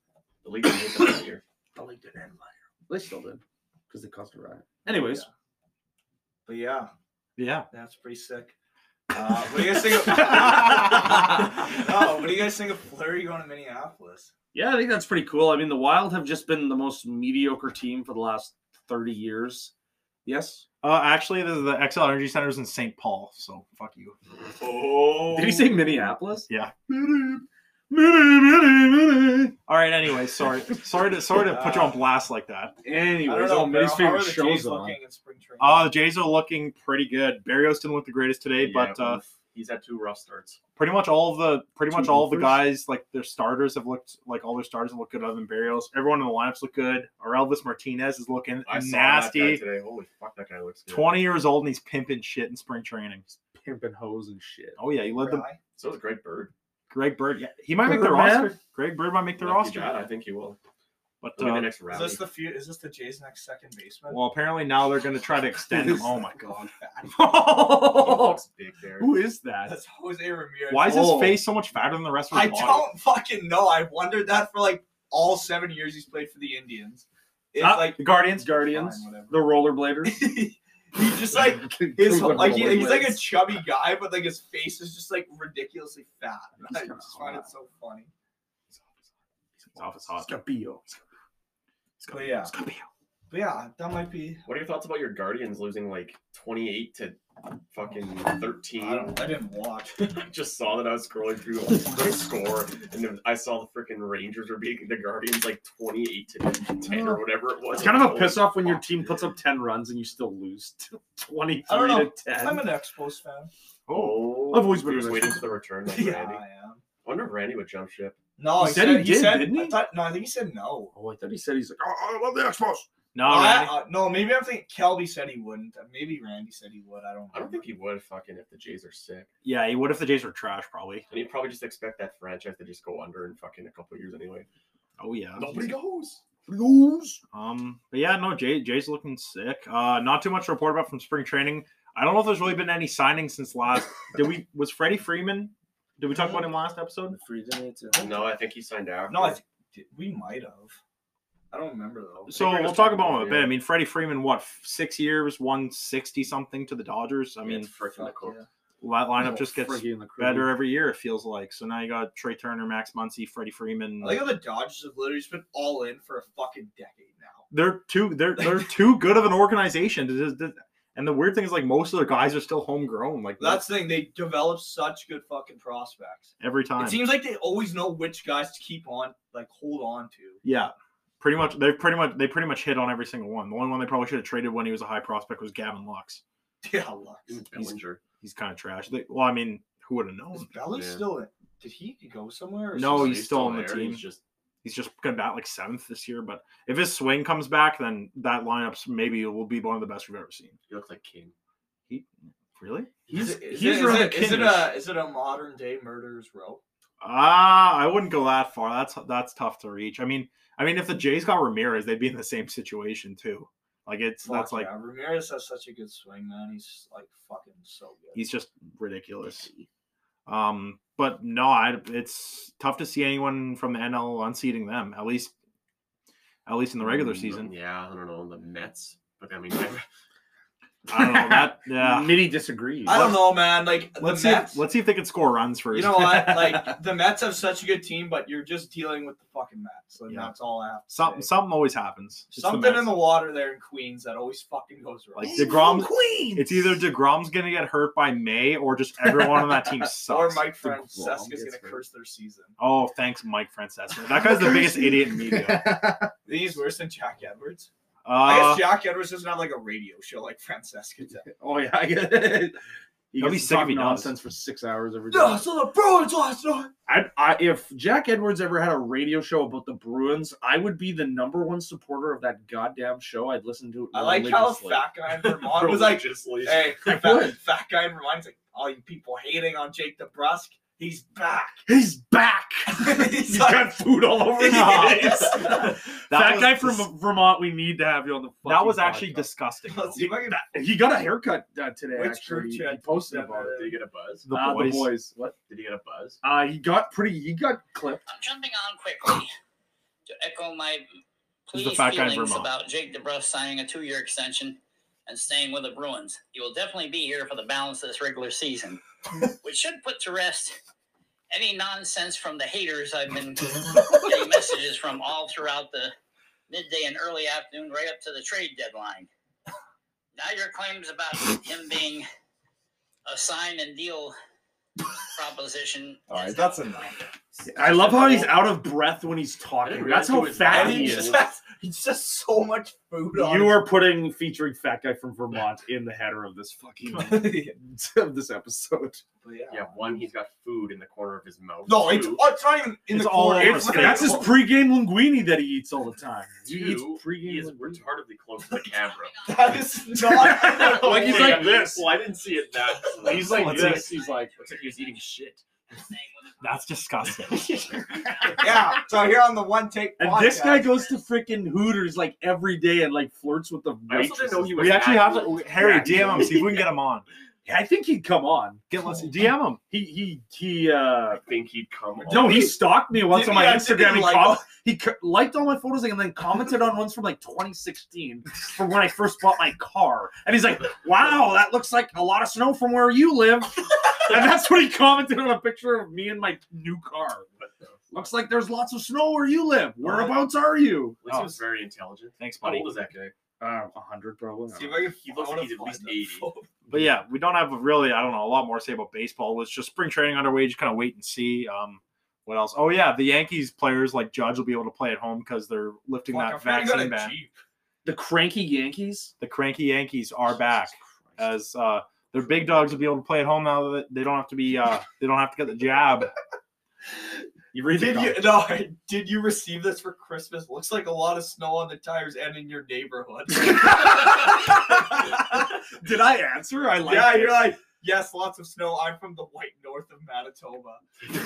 The league made them that year.
I liked it. They still did because they caused a riot. Anyways,
But yeah,
Yeah.
that's pretty sick. Uh, what do you guys think [LAUGHS] of Oh, what do you guys think of Flurry going to Minneapolis?
yeah, I think that's pretty cool. I mean, the Wild have just been the most mediocre team for the last thirty years. Yes.
Uh, actually, the, the XL Energy Center is in St. Paul, so fuck you.
Oh
Did he say Minneapolis?
Yeah.
Minne- Minne- Minne-
All right. Anyway, sorry, sorry to sorry to put
[LAUGHS] Uh.
you on blast like that.
Minne. Anyways,
Barrow,
all Minnie's favorite
how are the
shows
Jays
on.
looking in spring training?
Uh, the Jays are looking pretty good. Barrios didn't look the greatest today, but
Yeah,
uh,
oof. he's had two rough starts.
pretty much all of the pretty
Two
much all of the
gophers.
guys like their starters have looked like all their starters have looked good other than Barrios. Everyone in the lineups look good. Our Elvis Martinez is looking
I saw that guy
nasty.
today. Holy fuck, that guy looks good.
Twenty years old and he's pimping shit in spring training.
Pimping hoes and shit.
Oh yeah, he led the
Guy?
So is Greg Bird.
Greg Bird. Yeah, he might make the
Bird, man.
roster. Greg Bird might make the
Lefty
roster.
bat, I think he will.
But
He'll be the
uh,
next
Is
round.
this
[LAUGHS]
the few, is this the Jays next second baseman?
well, apparently now they're going to try to extend
[LAUGHS]
him. Oh my god.
Oh.
looks big there.
[LAUGHS] Who is
[LAUGHS]
that?
That's Jose Ramirez.
Why is his
Oh.
face so much fatter than the rest of his
I
body?
don't fucking know. I've wondered that for like all seven years he's played for the Indians. It's
Ah.
like [LAUGHS]
The Guardians.
Guardians,
Fine, whatever.
the rollerblader.
he's just
[LAUGHS]
like his like he- he's like a
Rollerblades.
chubby guy, but like his face is just like ridiculously fat. I
kinda
just find it
hot.
so funny.
It's off his hot.
Scabio.
But yeah,
Scabio.
but yeah, that might be.
What are your thoughts about your Guardians losing like 28 to fucking
I
13?
don't. I didn't watch.
I just saw that I was scrolling through
[LAUGHS]
the score, and then I saw the freaking Rangers were beating the Guardians like 28 to 10 or whatever it was.
Oh.
Oh.
It's kind of a
Holy
piss off when your
fuck.
team puts up 10 runs and you still lose [LAUGHS] to 23
Oh, I don't know.
to 10.
I'm an Expos fan.
Oh,
I've always been
he was
a-
waiting for the return
[LAUGHS]
[LAUGHS]
of
Yeah,
Randy.
I
I
am.
wonder if Randy would jump ship.
No,
He
he
said
said,
he
he
did,
said
didn't he?
I thought, no, I think he said no.
oh, I thought he said he's like, oh, I love the Expos.
No,
Well, I-
Randy.
uh, no, maybe I'm thinking Kelby said he wouldn't. Uh, Maybe Randy said he would. I don't.
I don't
remember.
think he would fucking if the Jays are sick.
yeah. he- What if the Jays were trash? Probably.
And he'd probably just expect that franchise to just go under in fucking a couple years anyway.
Oh yeah.
Nobody goes.
Um, but yeah, no, Jay, Jay's looking sick. Uh, not too much to report about from spring training. I don't know if there's really been any signings since last. Did we? [LAUGHS] Was Freddie Freeman? Did we talk about him last episode?
Free donate to
No, I think he signed out.
No, I th- did- we might have. I don't remember though.
So
we're
we'll
just
talk
talking
about him a
about
bit.
him.
I mean, Freddie Freeman, what f- six years, one sixty something to the Dodgers. I mean,
it's freaking
Fuck
cool.
yeah.
that lineup just gets better every year. It feels like. So now you got Trey Turner, Max Muncy, Freddie Freeman.
I like how the Dodgers have literally just been all in for a fucking decade now.
they're too they're they're too good of an organization. to just- to- And the weird thing is, like most of their guys are still homegrown. Like
That's the thing. They develop such good fucking prospects.
every time.
It seems like they always know which guys to keep on, like hold on to. [LAUGHS]
Yeah, pretty much. They pretty much they pretty much hit on every single one. The only one they probably should have traded when he was a high prospect was Gavin Lux.
Yeah, Lux.
He's Bellinger.
He's kind of trash. They, well, I mean, who would have
Oh, Is
known?
Belly
Yeah.
still in? Did he go somewhere? or
No,
something?
he's still on the
there.
team.
He's just
He's just gonna bat like seventh this year. But if his swing comes back, then that lineup's maybe will be one of the best we've ever seen.
he looks like King.
He really?
Is
He's
it- is
he's
it- is
rather
it- is it
kindish.
a is it a modern day murderers row?
Ah, I wouldn't go that far. That's that's tough to reach. I mean, I mean, if the Jays got Ramirez, they'd be in the same situation too. Like it's that's
Fuck
like
yeah. Ramirez has such a good swing, man. He's like fucking so good.
he's just ridiculous. Um, but no, I, it's tough to see anyone from the NL unseating them. At least, at least in the regular
Mm,
season.
Yeah, I don't know the Mets, but I mean, [LAUGHS] I-
I don't know that.
[LAUGHS]
Yeah,
Mitty disagrees.
I don't know, man. Like the
let's see.
Mets,
If, let's see if they could score runs first.
you know
[LAUGHS]
what? Like the Mets have such a good team, but you're just dealing with the fucking Mets, and
Yeah.
that's all I have. To
something
say.
something always happens. It's
something in the
Mets.
water there in Queens that always fucking goes wrong.
Like, DeGrom- It's either Degrom's gonna get hurt by May, or just everyone on
[LAUGHS]
that team
or
sucks.
Mike
DeGrom
Francesca's
gets
gonna
hurt.
curse their season.
oh, thanks, Mike Francesa. That guy's the biggest idiot in media.
He's worse than Jack Edwards. [LAUGHS] I
Uh,
guess Jack Edwards doesn't have like a radio show like [LAUGHS] Francesca
[LAUGHS]
does.
[LAUGHS] oh yeah, [LAUGHS] I get it. He
That'd be
gets to
sick if
talk
he does.
nonsense for six hours every day.
No, so the Bruins lost. No.
I, I, if Jack Edwards ever had a radio show about the Bruins, I would be the number one supporter of that goddamn show. I'd listen to it.
I like how
religiously.
fat guy in Vermont was like,
[LAUGHS]
Religiously.
"Hey, fat,
would.
fat guy in Vermont's like, all you people hating on Jake DeBrusque, he's back." [LAUGHS]
he's back.
He's
he's
like-
got food all
[LAUGHS]
over his face.
That
That
was
guy
dis-
from Vermont, we need to have you on the.
that
fucking
was actually
podcast.
disgusting.
[LAUGHS] Let's
though.
see if I can-
He got a haircut uh, today.
Which
actually,
group
He-
chat
he posted
did that
about it.
Did he get a buzz?
The
Uh,
boys.
What?
Did he get a buzz?
Uh, he got pretty. He got clipped.
I'm jumping on quickly to echo my
This is the
pleased
fat guy in
feelings
Vermont.
about Jake DeBrus signing a two-year extension and staying with the Bruins. He will definitely be here for the balance of this regular season, which should put to rest any nonsense from the haters I've been getting messages from all throughout the midday and early afternoon, right up to the trade deadline. Now your claims about him being a sign and deal proposition.
All right,
is
that's enough.
I love how he's out of breath when he's talking. [LAUGHS]
realize
That's how
he was
fat
And
that
he
he's
is.
is.
just, he's just so much food on.
You are putting featuring fat guy from Vermont in the header of this fucking
[LAUGHS] but yeah.
of this episode.
Yeah, one, he's got food in the corner of his mouth.
No, it's,
Two,
oh, it's not even in
It's
the
all
corner. It's
over his
literally-
That's his [LAUGHS] pregame linguine that he eats all the time. He eats
two,
pregame.
he is
linguine.
retardedly close to the camera.
[LAUGHS] That is
[LAUGHS]
not.
Like, he's like this.
Well, I didn't see it that.
He's like
Looks
this.
He's [LAUGHS] like, looks like he was eating shit.
[LAUGHS] That's
[LAUGHS]
disgusting.
[LAUGHS] yeah. So here on the one take.
And
podcast,
this guy goes to freaking Hooters like every day and like flirts with the
I also didn't know
waitresses.
he was.
we actually have
that-
to Harry
Yeah.
DM him. See if we can get him on.
I think he'd come on.
Get
[LAUGHS]
let's DM him.
He he he. uh
I think he'd come.
No,
on.
he stalked me once
Did
on
he-
my
yeah, did
Instagram.
he
He,
like
com- he co- liked all my photos and then commented on ones from like 2016 from when I first bought my car. And he's like, "Wow, that looks like a lot of snow from where you
[LAUGHS]
live." and that's what he commented on a picture of me and my new car. Looks like there's lots of snow where you live. Whereabouts are you?
At least he was very intelligent.
Thanks,
How
buddy.
old is that guy?
Uh, 100 probably.
See if I can,
He looks
I wanna
like he's at
find
least
that
80.
photo.
But yeah, we don't have really. I don't know a lot more to say about baseball. It's just spring training underway. Just kind of wait and see. Um, what else? Oh yeah, the Yankees players like Judge will be able to play at home because they're lifting
Fuck, I'm
that
trying to go to
vaccine ban.
Jeep.
The cranky Yankees
The cranky Yankees are back
Uh,
as uh, their
[LAUGHS]
big dogs will be able to play at home now that they don't have to be. Uh, they don't have to get the jab.
[LAUGHS]
You read
Did
the
you no? Did you receive this for Christmas? Looks like a lot of snow on the tires and in your neighborhood. [LAUGHS]
comment. Did I answer? I like
yeah,
it.
you're like, yes, lots of snow. I'm from the white north of Manitoba.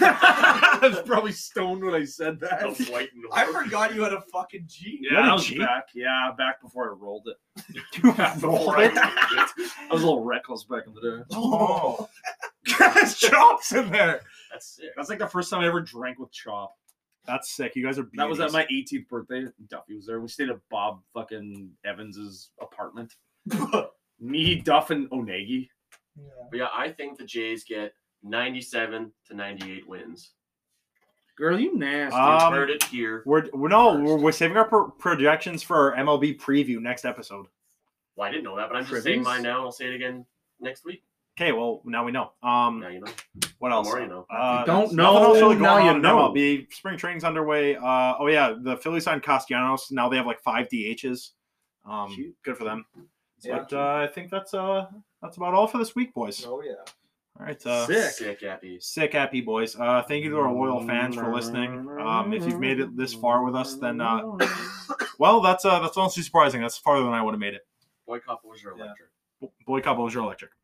[LAUGHS] I was probably stoned when I said [LAUGHS] that.
The white and
I
[LAUGHS]
forgot you had a fucking Jeep. [LAUGHS]
Oh, Yeah,
What a
I was
Jeep.
back. Yeah, back before I rolled it.
[LAUGHS] Rolled
I
it.
I was a little reckless back in the [LAUGHS] day.
Oh,
There's chops in there.
That's sick.
That's like the first time I ever drank with chop.
that's sick. You guys are. Beauties.
That was at my 18th birthday. Duffy was there. We stayed at Bob fucking Evans's apartment. Me, Duff, and Onagi.
But yeah, I think the Jays get 97 to 98 wins.
Girl, you nasty.
Um,
Heard it here.
We're, we're no, we're, we're saving our pro- projections for our MLB preview next episode.
Well, I didn't know that, but I'm just saying
Trivials?
mine now. and I'll say it again next week.
Okay, well now we know. Um,
Now you know.
what
The
else?
more you know.
Uh,
Don't
nothing
know,
else really going
now
on
you
in
know.
MLB spring training's underway. Uh, oh yeah, the Phillies signed Castellanos. Now they have like five DHs. Um,
Cute.
good for them.
Yeah.
But uh, I think that's uh that's about all for this week, boys.
Oh yeah.
All right. Uh,
Sick.
Sick, Appy.
Sick, happy boys. Uh, thank you to our loyal fans for listening. Um, if you've made it this far with us, then
[LAUGHS]
uh, well, that's uh, that's honestly surprising. That's farther than I would have made it.
Boy, couples are
Yeah.
electric.
Boy, Cowboys, you're electric.